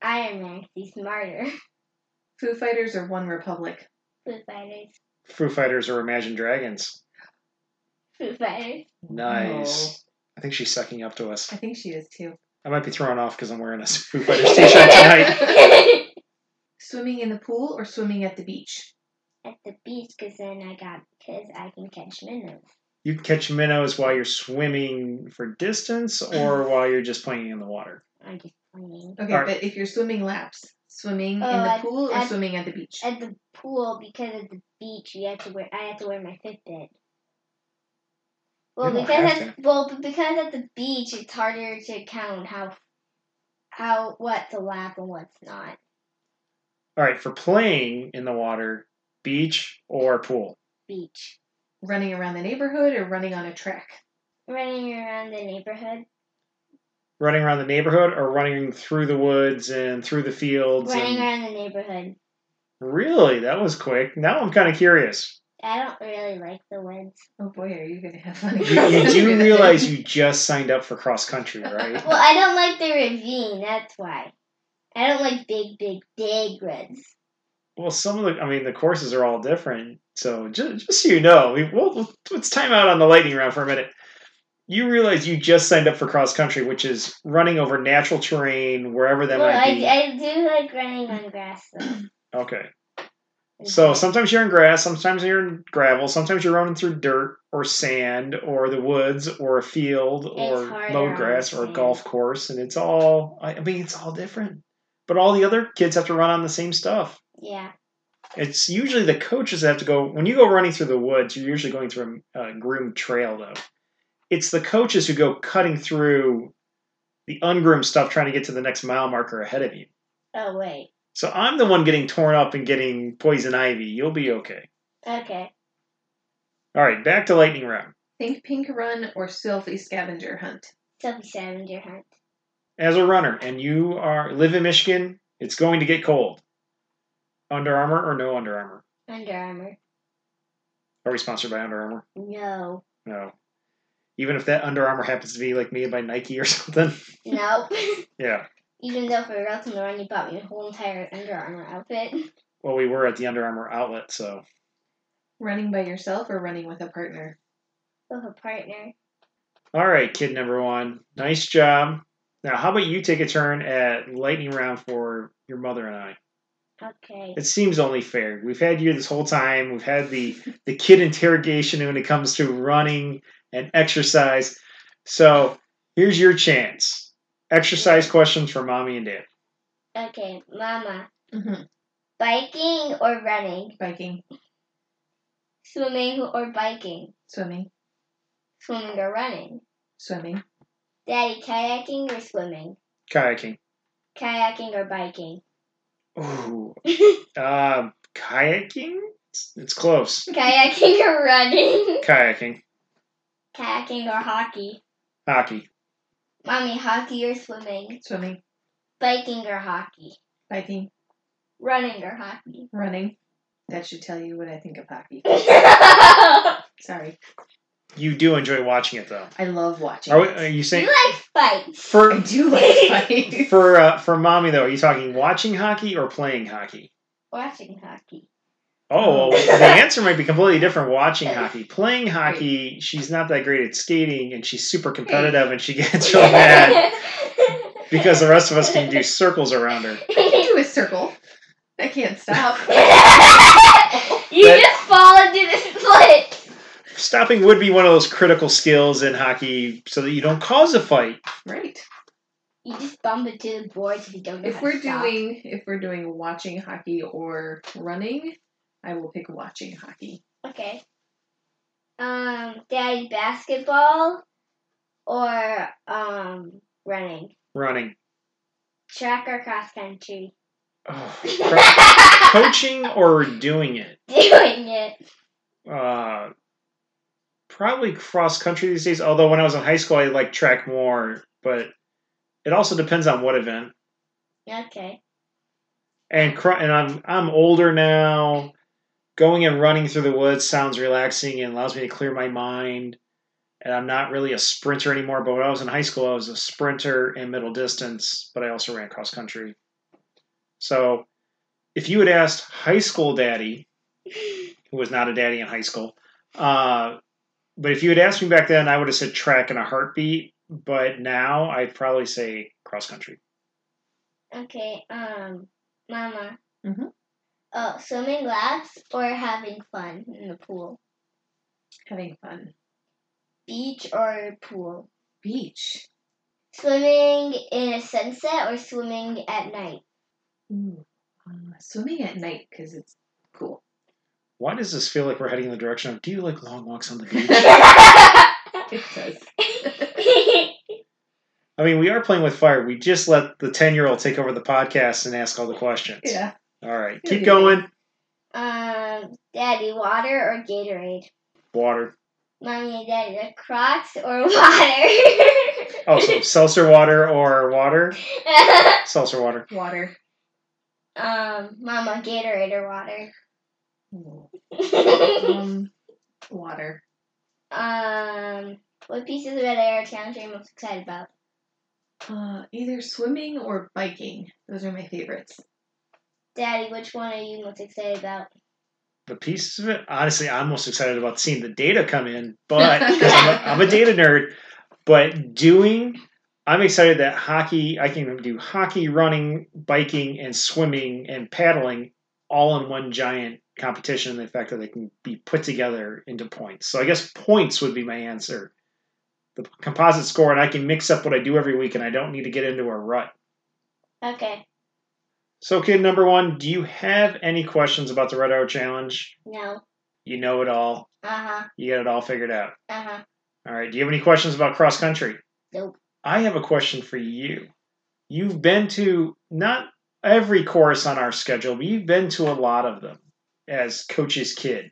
Iron Man, 'cause he's smarter. Foo Fighters or One Republic? Foo Fighters. Foo Fighters or Imagine Dragons? Foo Fighters. Nice. No. I think she's sucking up to us. I think she is too. I might be thrown off because I'm wearing a Foo Fighters t shirt tonight. Swimming in the pool or swimming at the beach? At the beach, 'cause then I got, because I can catch minnows. You can catch minnows while you're swimming for distance or while you're just playing in the water. I'm just playing. Okay, Alright. but if you're swimming laps, swimming Oh, in the I- pool or I- swimming at the beach? At the pool, because at the beach, you have to wear. I have to wear my Fitbit. Well, don't because have at, well, but because at the beach, it's harder to count how how what's a lap and what's not. All right, for playing in the water, beach or pool? Beach, running around the neighborhood or running on a track? running around the neighborhood, Running around the neighborhood or running through the woods and through the fields? running and- around the neighborhood. Really? That was quick. Now I'm kind of curious. I don't really like the woods. Oh boy, are you gonna have fun? You, you do realize you just signed up for cross country, right? Well, I don't like the ravine. That's why. I don't like big, big, big woods. Well, some of the, I mean, the courses are all different. So just, just so you know, we, we'll, let's time out on the lightning round for a minute. You realize you just signed up for cross country, which is running over natural terrain, wherever that well, might be. I, I do like running on grass though. okay. So Okay. sometimes you're in grass, sometimes you're in gravel, sometimes you're running through dirt or sand or the woods or a field or harder on mowed the grass or a sand. golf course. And it's all, I I mean, it's all different. But all the other kids have to run on the same stuff. yeah, It's usually the coaches that have to go. When you go running through the woods, you're usually going through a, a groomed trail, though. It's the coaches who go cutting through the ungroomed stuff, trying to get to the next mile marker ahead of you. oh wait, So I'm the one getting torn up and getting poison ivy. You'll be okay. okay, All right, back to lightning round. Think pink run or selfie scavenger hunt? Sophie Scavenger Hunt. As a runner, and you are live in Michigan, it's going to get cold. Under Armour or no Under Armour? Under Armour. Are we sponsored by Under Armour? No. No. Even if that Under Armour happens to be like made by Nike or something. Nope. Yeah. Even though for Rock and the Run you bought me a whole entire Under Armour outfit. well, we were at the Under Armour outlet, so Running by yourself or running with a partner? With a partner. all right, kid number one, nice job. Now, how about you take a turn at lightning round for your mother and I? Okay. It seems only fair. We've had you this whole time. We've had the the kid interrogation when it comes to running and exercise. So here's your chance. Exercise questions for mommy and dad. Okay, Mama. Mm-hmm. Biking or running? Biking, Swimming or biking? swimming, Swimming or running? swimming, Daddy, kayaking or swimming? Kayaking. Kayaking or biking? Ooh. Um, kayaking? It's, it's close. kayaking or running? Kayaking. Kayaking or hockey? Hockey. Mommy, hockey or swimming? swimming, Biking or hockey? biking, Running or hockey? running. That should tell you what I think of hockey. you Sorry, You do enjoy watching it though. I love watching. Are, we, it. are you saying like fights. I for do like fights. for uh, for mommy though? Are you talking watching hockey or playing hockey? Watching hockey. Oh, well, the answer might be completely different. Watching hockey, playing hockey, she's not that great at skating, and she's super competitive, and she gets real mad because the rest of us can do circles around her. you do a circle. I can't stop. just fall into the split. Stopping would be one of those critical skills in hockey, so that you don't cause a fight. right. You just bump into the boards if you don't know If how we're to stop. doing if we're doing watching hockey or running, I will pick watching hockey. Okay. Um, daddy, basketball or um running, Running, track or cross country. oh, doing cro- coaching or doing it. it. Uh, probably cross country these days. Although when I was in high school, I like track more, but it also depends on what event. Okay. And cro- and I'm I'm older now. Going and running through the woods sounds relaxing and allows me to clear my mind. And I'm not really a sprinter anymore. But when I was in high school, I was a sprinter in middle distance, but I also ran cross country. So, if you had asked high school daddy, who was not a daddy in high school, uh, but if you had asked me back then, I would have said track in a heartbeat. But now I'd probably say cross country. Okay. Um, Mama. Mhm. Oh, swimming laps or having fun in the pool? Having fun. Beach or pool? Beach. Swimming in a sunset or swimming at night? Ooh. Uh, swimming at night because it's cool. Why does this feel like we're heading in the direction of do you like long walks on the beach? It does. I mean, we are playing with fire. We just let the 10 year old take over the podcast and ask all the questions. Yeah. All right. Yeah, Keep yeah. going. um, Daddy, water or Gatorade? Water. Mommy and Daddy, the Crocs or water? Oh, so seltzer water or water? Seltzer water. Water. um, Mama, Gatorade or water? Ooh. Um, water. um, what pieces of Red Arrow Challenge are you most excited about? Uh, either swimming or biking. Those are my favorites. Daddy, which one are you most excited about? The pieces of it, honestly, I'm most excited about seeing the data come in, but 'cause I'm, a, I'm a data nerd, but doing, I'm excited that hockey, I can do hockey, running, biking, and swimming and paddling all in one giant competition. And the fact that they can be put together into points. So I guess points would be my answer. The composite score, and I can mix up what I do every week, and I don't need to get into a rut. Okay, So, kid number one, do you have any questions about the Red Arrow Challenge? no. You know it all. Uh huh, You got it all figured out. uh huh. All right. Do you have any questions about cross country? Nope. I have a question for you. You've been to not every course on our schedule, but you've been to a lot of them as coach's kid.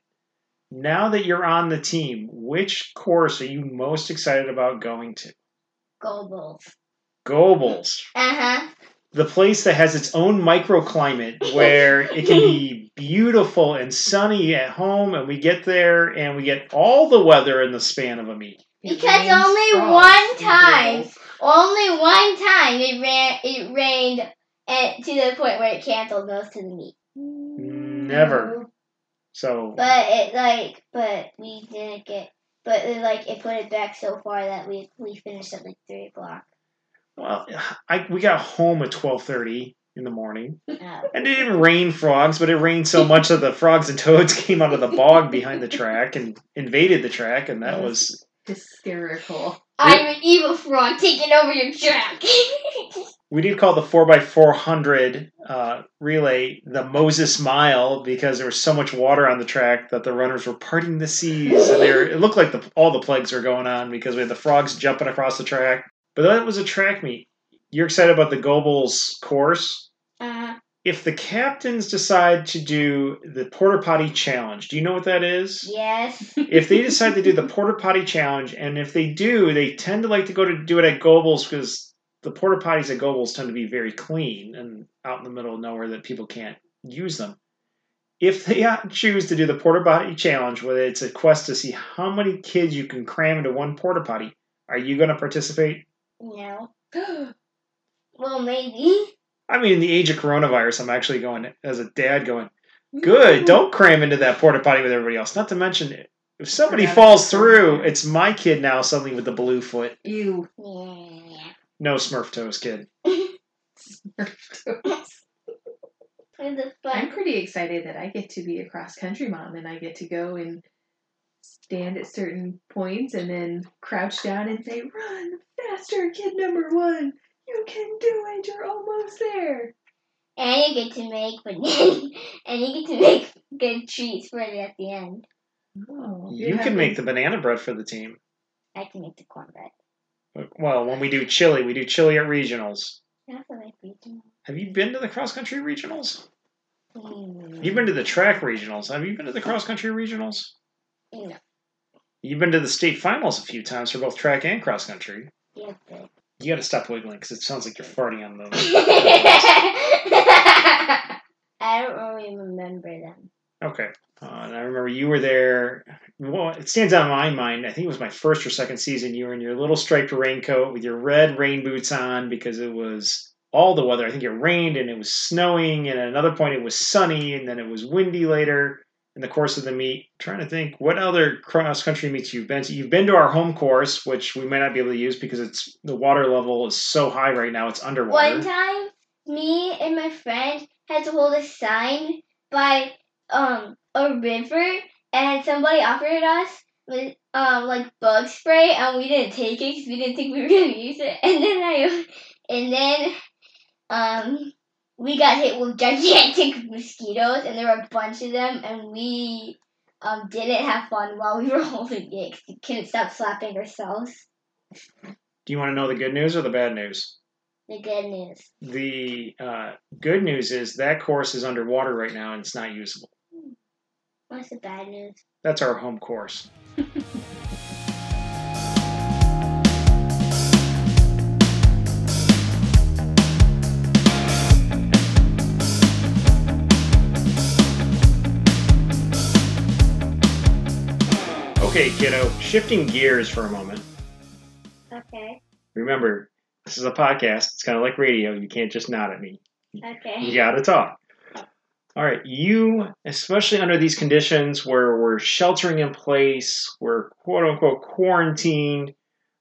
Now that you're on the team, which course are you most excited about going to? Go Bulls. Goebbels, Uh huh. the place that has its own microclimate where it can be beautiful and sunny at home, and we get there and we get all the weather in the span of a meet. It Because rains only frogs one and time. bubbles. Only one time it ran. It rained, and to the point where it canceled most of the meet. Never. So But it like, but we didn't get. But it, like, it put it back so far that we we finished at like three o'clock. Well, I, we got home at twelve thirty in the morning, Uh, and it didn't rain frogs, but it rained so much that the frogs and toads came out of the bog behind the track and invaded the track, and that was Hysterical. I'm an evil frog taking over your track. we did call the four x four hundred uh, relay the Moses Mile because there was so much water on the track that the runners were parting the seas, and they were, it looked like the, all the plagues were going on because we had the frogs jumping across the track. But that was a track meet. You're excited about the Goebbels course? uh, if the captains decide to do the porta potty challenge, do you know what that is? yes. If they decide to do the porta potty challenge, and if they do, they tend to like to go to do it at Goebbels because the porta potties at Goebbels tend to be very clean and out in the middle of nowhere that people can't use them. If they uh, choose to do the porta potty challenge, where it's a quest to see how many kids you can cram into one porta potty, are you going to participate? No. That's Well, maybe. I mean, in the age of coronavirus, I'm actually going as a dad going. Good. Don't cram into that porta potty with everybody else. Not to mention, if somebody Forgot falls about through, that. it's my kid now suddenly with the blue foot. You. Yeah. No Smurf toes, kid. For the I'm fun. pretty excited that I get to be a cross country mom and I get to go and stand at certain points and then crouch down and say, Run faster, kid number one. You can do it. You're almost there. And you get to make banana. and you get to make good treats for it at the end. Oh, You can make the banana bread for the team. I can make the cornbread. Well, when we do chili, we do chili at regionals. I also like regional. Have you been to the cross country regionals? Mm. You've been to the track regionals. Have you been to the cross country regionals? No. You've been to the state finals a few times for both track and cross country. Yeah, but- You got to stop wiggling because it sounds like you're farting on them. I don't really remember them. okay. Uh, and I remember you were there. Well, it stands out in my mind. I think it was my first or second season. You were in your little striped raincoat with your red rain boots on because it was all the weather. I think it rained and it was snowing, and at another point it was sunny, and then it was windy later in the course of the meet. trying to think what other cross country meets you've been to. You've been to our home course, which we might not be able to use because it's the water level is so high right now. It's underwater. One time, me and my friend had to hold a sign by um a river, and somebody offered us with um like bug spray, and we didn't take it because we didn't think we were gonna use it. And then I, and then um we got hit with gigantic mosquitoes, and there were a bunch of them, and we um didn't have fun while we were holding it 'cause we couldn't stop slapping ourselves. Do you want to know the good news or the bad news? The good news. the uh, good news is that course is underwater right now and it's not usable. What's the bad news? That's our home course. Okay, kiddo, shifting gears for a moment. Okay. Remember, this is a podcast. It's kind of like radio. You can't just nod at me. Okay. You gotta talk. All right, you, especially under these conditions where we're sheltering in place, we're quote unquote quarantined,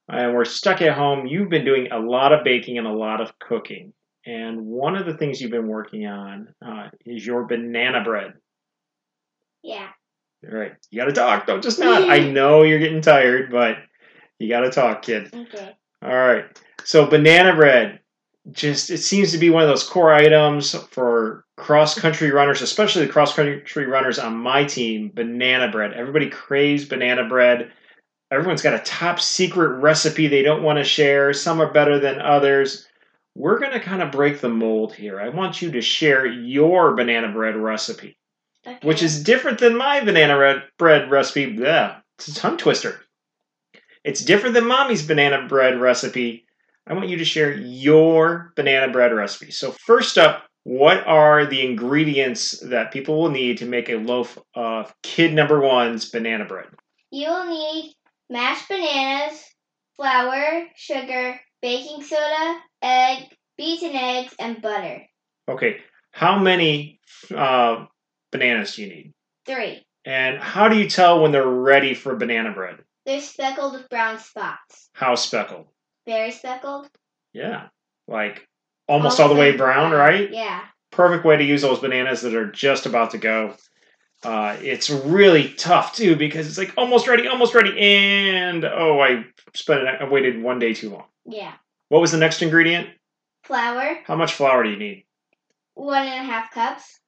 and we're stuck at home, you've been doing a lot of baking and a lot of cooking. And one of the things you've been working on uh, is your banana bread. Yeah. All right, you gotta talk. Don't just nod. I know you're getting tired, but you gotta talk, kid. Okay. All right. So banana bread, just it seems to be one of those core items for cross country runners, especially the cross country runners on my team. Banana bread. Everybody craves banana bread. Everyone's got a top secret recipe they don't want to share. Some are better than others. We're going to kind of break the mold here. I want you to share your banana bread recipe, okay. which is different than my banana red, bread recipe. Yeah, it's a tongue twister. It's different than mommy's banana bread recipe. I want you to share your banana bread recipe. So, first up, what are the ingredients that people will need to make a loaf of kid number one's banana bread? You will need mashed bananas, flour, sugar, baking soda, egg, beaten eggs, and butter. Okay, how many uh, bananas do you need? Three. And how do you tell when they're ready for banana bread? They're speckled with brown spots. How speckled? Very speckled. Yeah, like almost all the way brown, right? Yeah. perfect way to use those bananas that are just about to go. Uh, it's really tough too because it's like almost ready, almost ready, and oh, I spent I waited one day too long. Yeah. What was the next ingredient? Flour, How much flour do you need? one and a half cups.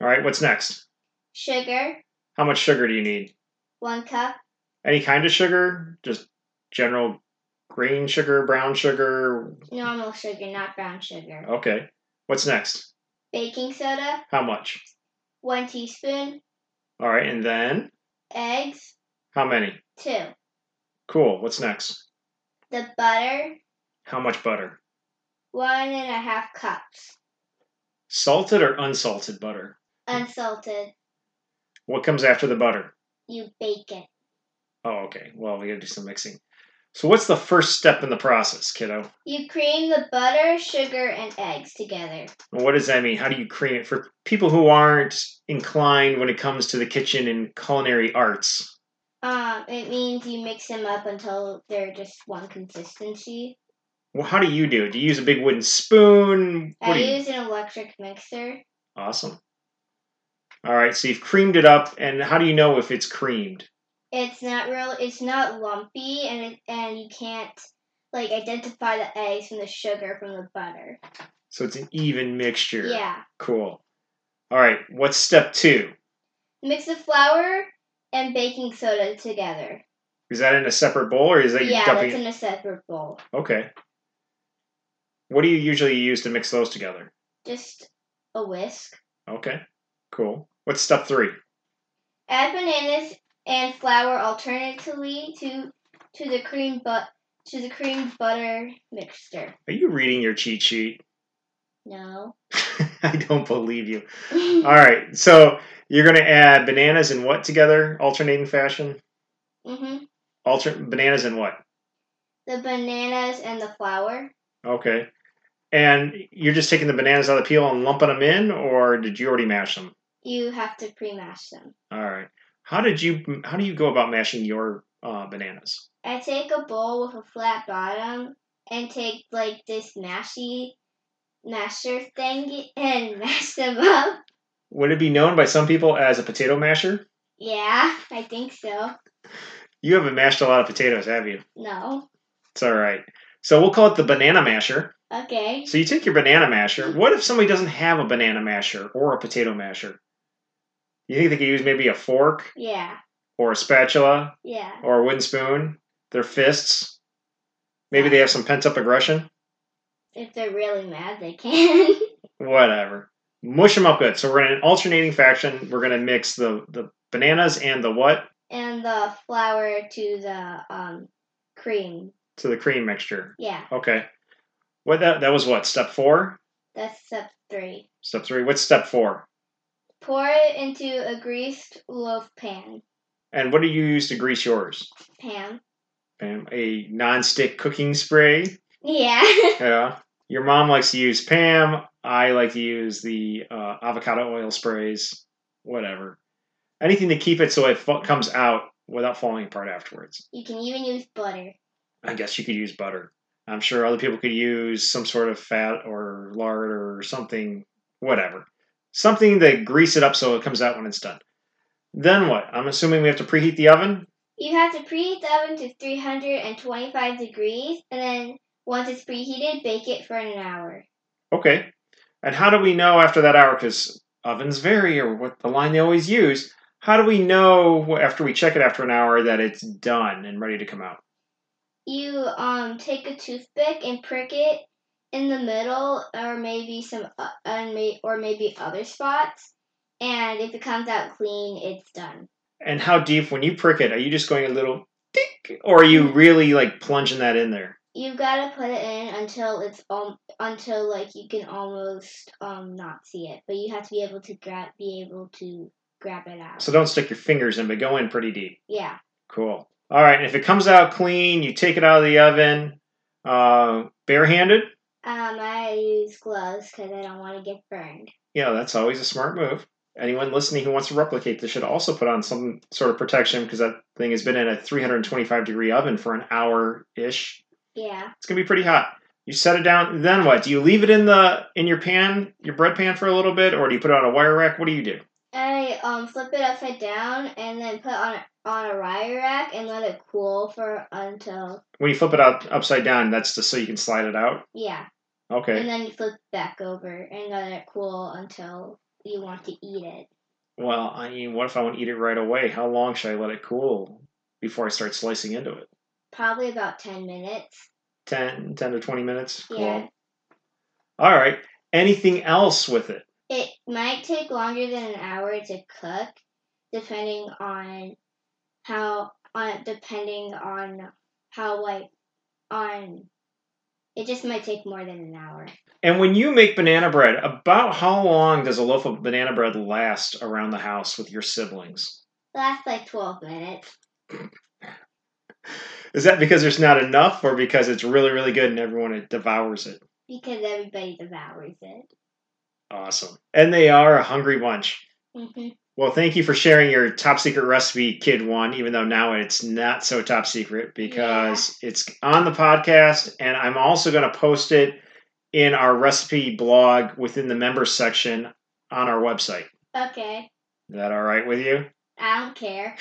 All right, what's next? Sugar, How much sugar do you need? one cup. Any kind of sugar? Just general green sugar, brown sugar. Normal sugar, not brown sugar. Okay. What's next? Baking soda, How much? one teaspoon. All right, and then Eggs, how many? two. Cool. What's next? The butter, How much butter? one and a half cups. Salted or unsalted butter? Unsalted. What comes after the butter? You bake it. Oh, okay. Well, we gotta do some mixing. So, what's the first step in the process, kiddo? You cream the butter, sugar, and eggs together. And what does that mean? How do you cream it for people who aren't inclined when it comes to the kitchen and culinary arts? Um, it means you mix them up until they're just one consistency. Well, how do you do it? Do you use a big wooden spoon? What I do you? use an electric mixer. Awesome. All right. So you've creamed it up, and how do you know if it's creamed? It's not real. It's not lumpy, and it, and you can't like identify the eggs from the sugar from the butter. So it's an even mixture. Yeah. Cool. All right. What's step two? Mix the flour and baking soda together. Is that in a separate bowl, or is that you yeah, dumping? that's in a separate bowl. Okay. What do you usually use to mix those together? Just a whisk. Okay. Cool. What's step three? Add bananas and flour alternatively to to the cream but to the cream butter mixture. Are you reading your cheat sheet? No. I don't believe you. All right. So you're going to add bananas and what together? Alternating fashion? hmm Alter- bananas and what? The bananas and the flour. Okay. And you're just taking the bananas out of the peel and lumping them in, or did you already mash them? You have to pre-mash them. All right. How did you? How do you go about mashing your uh, bananas? I take a bowl with a flat bottom and take like this mashy masher thing and mash them up. Would it be known by some people as a potato masher? Yeah, I think so. You haven't mashed a lot of potatoes, have you? No. It's all right. So we'll call it the banana masher. Okay. So you take your banana masher. What if somebody doesn't have a banana masher or a potato masher? You think they could use maybe a fork Yeah. or a spatula Yeah. or a wooden spoon, their fists? Maybe they have some pent up aggression? If they're really mad, they can. whatever. Mush them up good. So we're in an alternating faction. We're gonna mix the the bananas and the what and the flour to the um cream. to the cream mixture. Yeah. Okay. What that that was what step four? That's step three. Step three. What's step four? Pour it into a greased loaf pan. And what do you use to grease yours? Pan. Pam, Um, a non-stick cooking spray. Yeah. Yeah. Your mom likes to use Pam. I like to use the uh, avocado oil sprays. Whatever. Anything to keep it so it fu- comes out without falling apart afterwards. you can even use butter. I guess you could use butter. I'm sure other people could use some sort of fat or lard or something, whatever. Something to grease it up so it comes out when it's done. Then what? I'm assuming we have to preheat the oven? You have to preheat the oven to 325 degrees, and then once it's preheated, bake it for an hour. Okay. And how do we know after that hour? Because ovens vary or what the line they always use. How do we know after we check it after an hour that it's done and ready to come out? You um take a toothpick and prick it in the middle, or maybe some, uh, and may- or maybe other spots, and if it comes out clean, it's done. And how deep, when you prick it, are you just going a little tick or are you really like plunging that in there? You've got to put it in until it's um until like you can almost um not see it, but you have to be able to grab be able to grab it out. So don't stick your fingers in, but go in pretty deep. yeah, Cool. All right. And if it comes out clean, you take it out of the oven, uh, barehanded. um, I use gloves because I don't want to get burned. Yeah, that's always a smart move. Anyone listening who wants to replicate this should also put on some sort of protection because that thing has been in a 325 degree oven for an hour ish. Yeah, It's gonna be pretty hot. You set it down. Then what? Do you leave it in the in your pan, your bread pan, for a little bit, or do you put it on a wire rack? What do you do? I um flip it upside down and then put on on a wire rack and let it cool for until When you flip it out upside down, that's just so you can slide it out. yeah, Okay. and then you flip back over and let it cool until you want to eat it. Well, I mean, what if I want to eat it right away? How long should I let it cool before I start slicing into it? Probably about ten minutes. 10, 10 to 20 minutes? Cool. Yeah. All right. Anything else with it? It might take longer than an hour to cook, depending on how on depending on how like on it just might take more than an hour. And when you make banana bread, about how long does a loaf of banana bread last around the house with your siblings? Lasts like twelve minutes. Is that because there's not enough or because it's really, really good and everyone devours it? Because everybody devours it. Awesome. And they are a hungry bunch. hmm Well, thank you for sharing your top secret recipe, Kid One, even though now it's not so top secret because it's on the podcast. And I'm also going to post it in our recipe blog within the members section on our website. Okay. Is that all right with you? I don't care.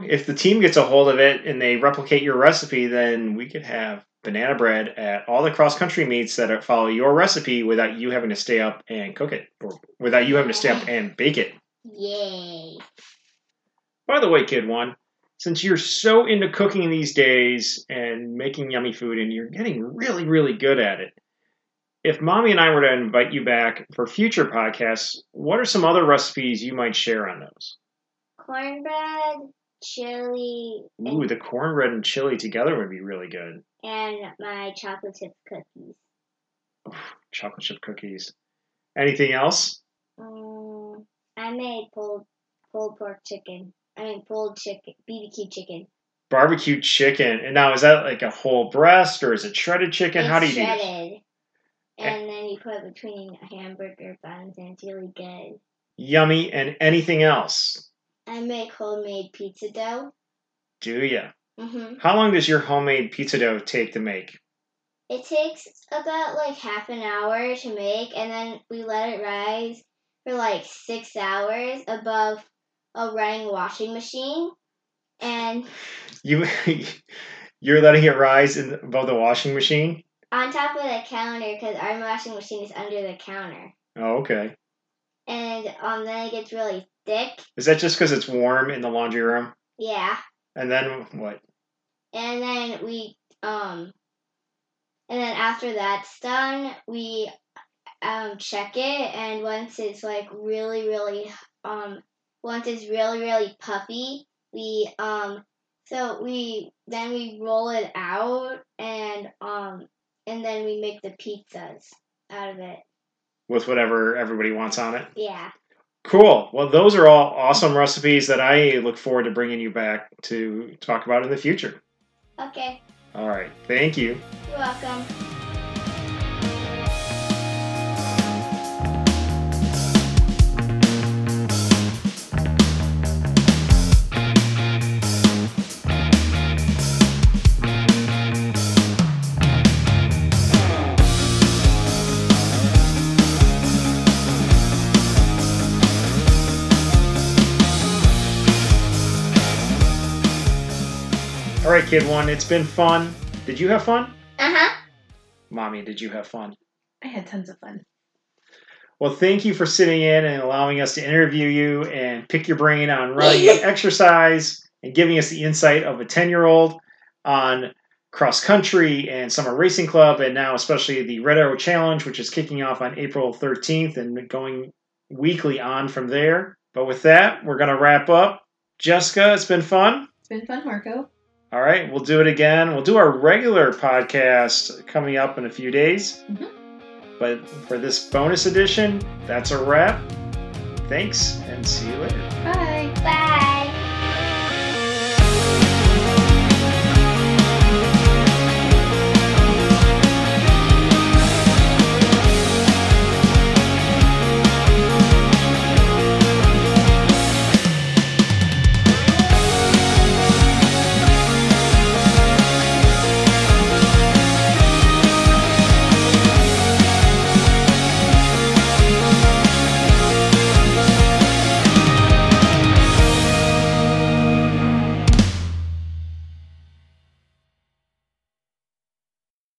If the team gets a hold of it and they replicate your recipe, then we could have banana bread at all the cross country meets that are- follow your recipe without you having to stay up and cook it or without you having to stay up and bake it. Yay. By the way, kid one, since you're so into cooking these days and making yummy food and you're getting really, really good at it, if mommy and I were to invite you back for future podcasts, what are some other recipes you might share on those? cornbread, chili, Ooh, the cornbread and chili together would be really good. and my chocolate chip cookies. Chocolate chip cookies. Anything else? Um, I made pulled pulled pork chicken. I mean pulled chicken, BBQ chicken. Barbecue chicken. And now is that like a whole breast or is it shredded chicken? How do you It's do this? Eh. shredded. And then you put it between hamburger buns, and it's really good. Yummy. And anything else? I make homemade pizza dough. Do ya? hmm How long does your homemade pizza dough take to make? It takes about like half an hour to make, and then we let it rise for like six hours above a running washing machine. And You you're letting it rise in, above the washing machine. on top of the counter, because our washing machine is under the counter. Oh, okay. And um, then it gets really thick. Is that just because it's warm in the laundry room? Yeah. And then what? And then we um and then after that's done, we um check it and once it's like really really um once it's really really puffy, we um so we then we roll it out and um and then we make the pizzas out of it. With whatever everybody wants on it. Yeah. Cool. Well, those are all awesome recipes that I look forward to bringing you back to talk about in the future. Okay. All right. Thank you. You're welcome. All right, kid one. It's been fun. Did you have fun? Uh-huh. Mommy, did you have fun? I had tons of fun. Well, thank you for sitting in and allowing us to interview you and pick your brain on running and exercise and giving us the insight of a 10 year old on cross country and summer racing club and now especially the Red Arrow Challenge, which is kicking off on April 13th and going weekly on from there. But with that, we're going to wrap up. Jessica, it's been fun. It's been fun, Marco. All right, we'll do it again. We'll do our regular podcast coming up in a few days. Mhm. But for this bonus edition, that's a wrap. Thanks and see you later. Bye. Bye.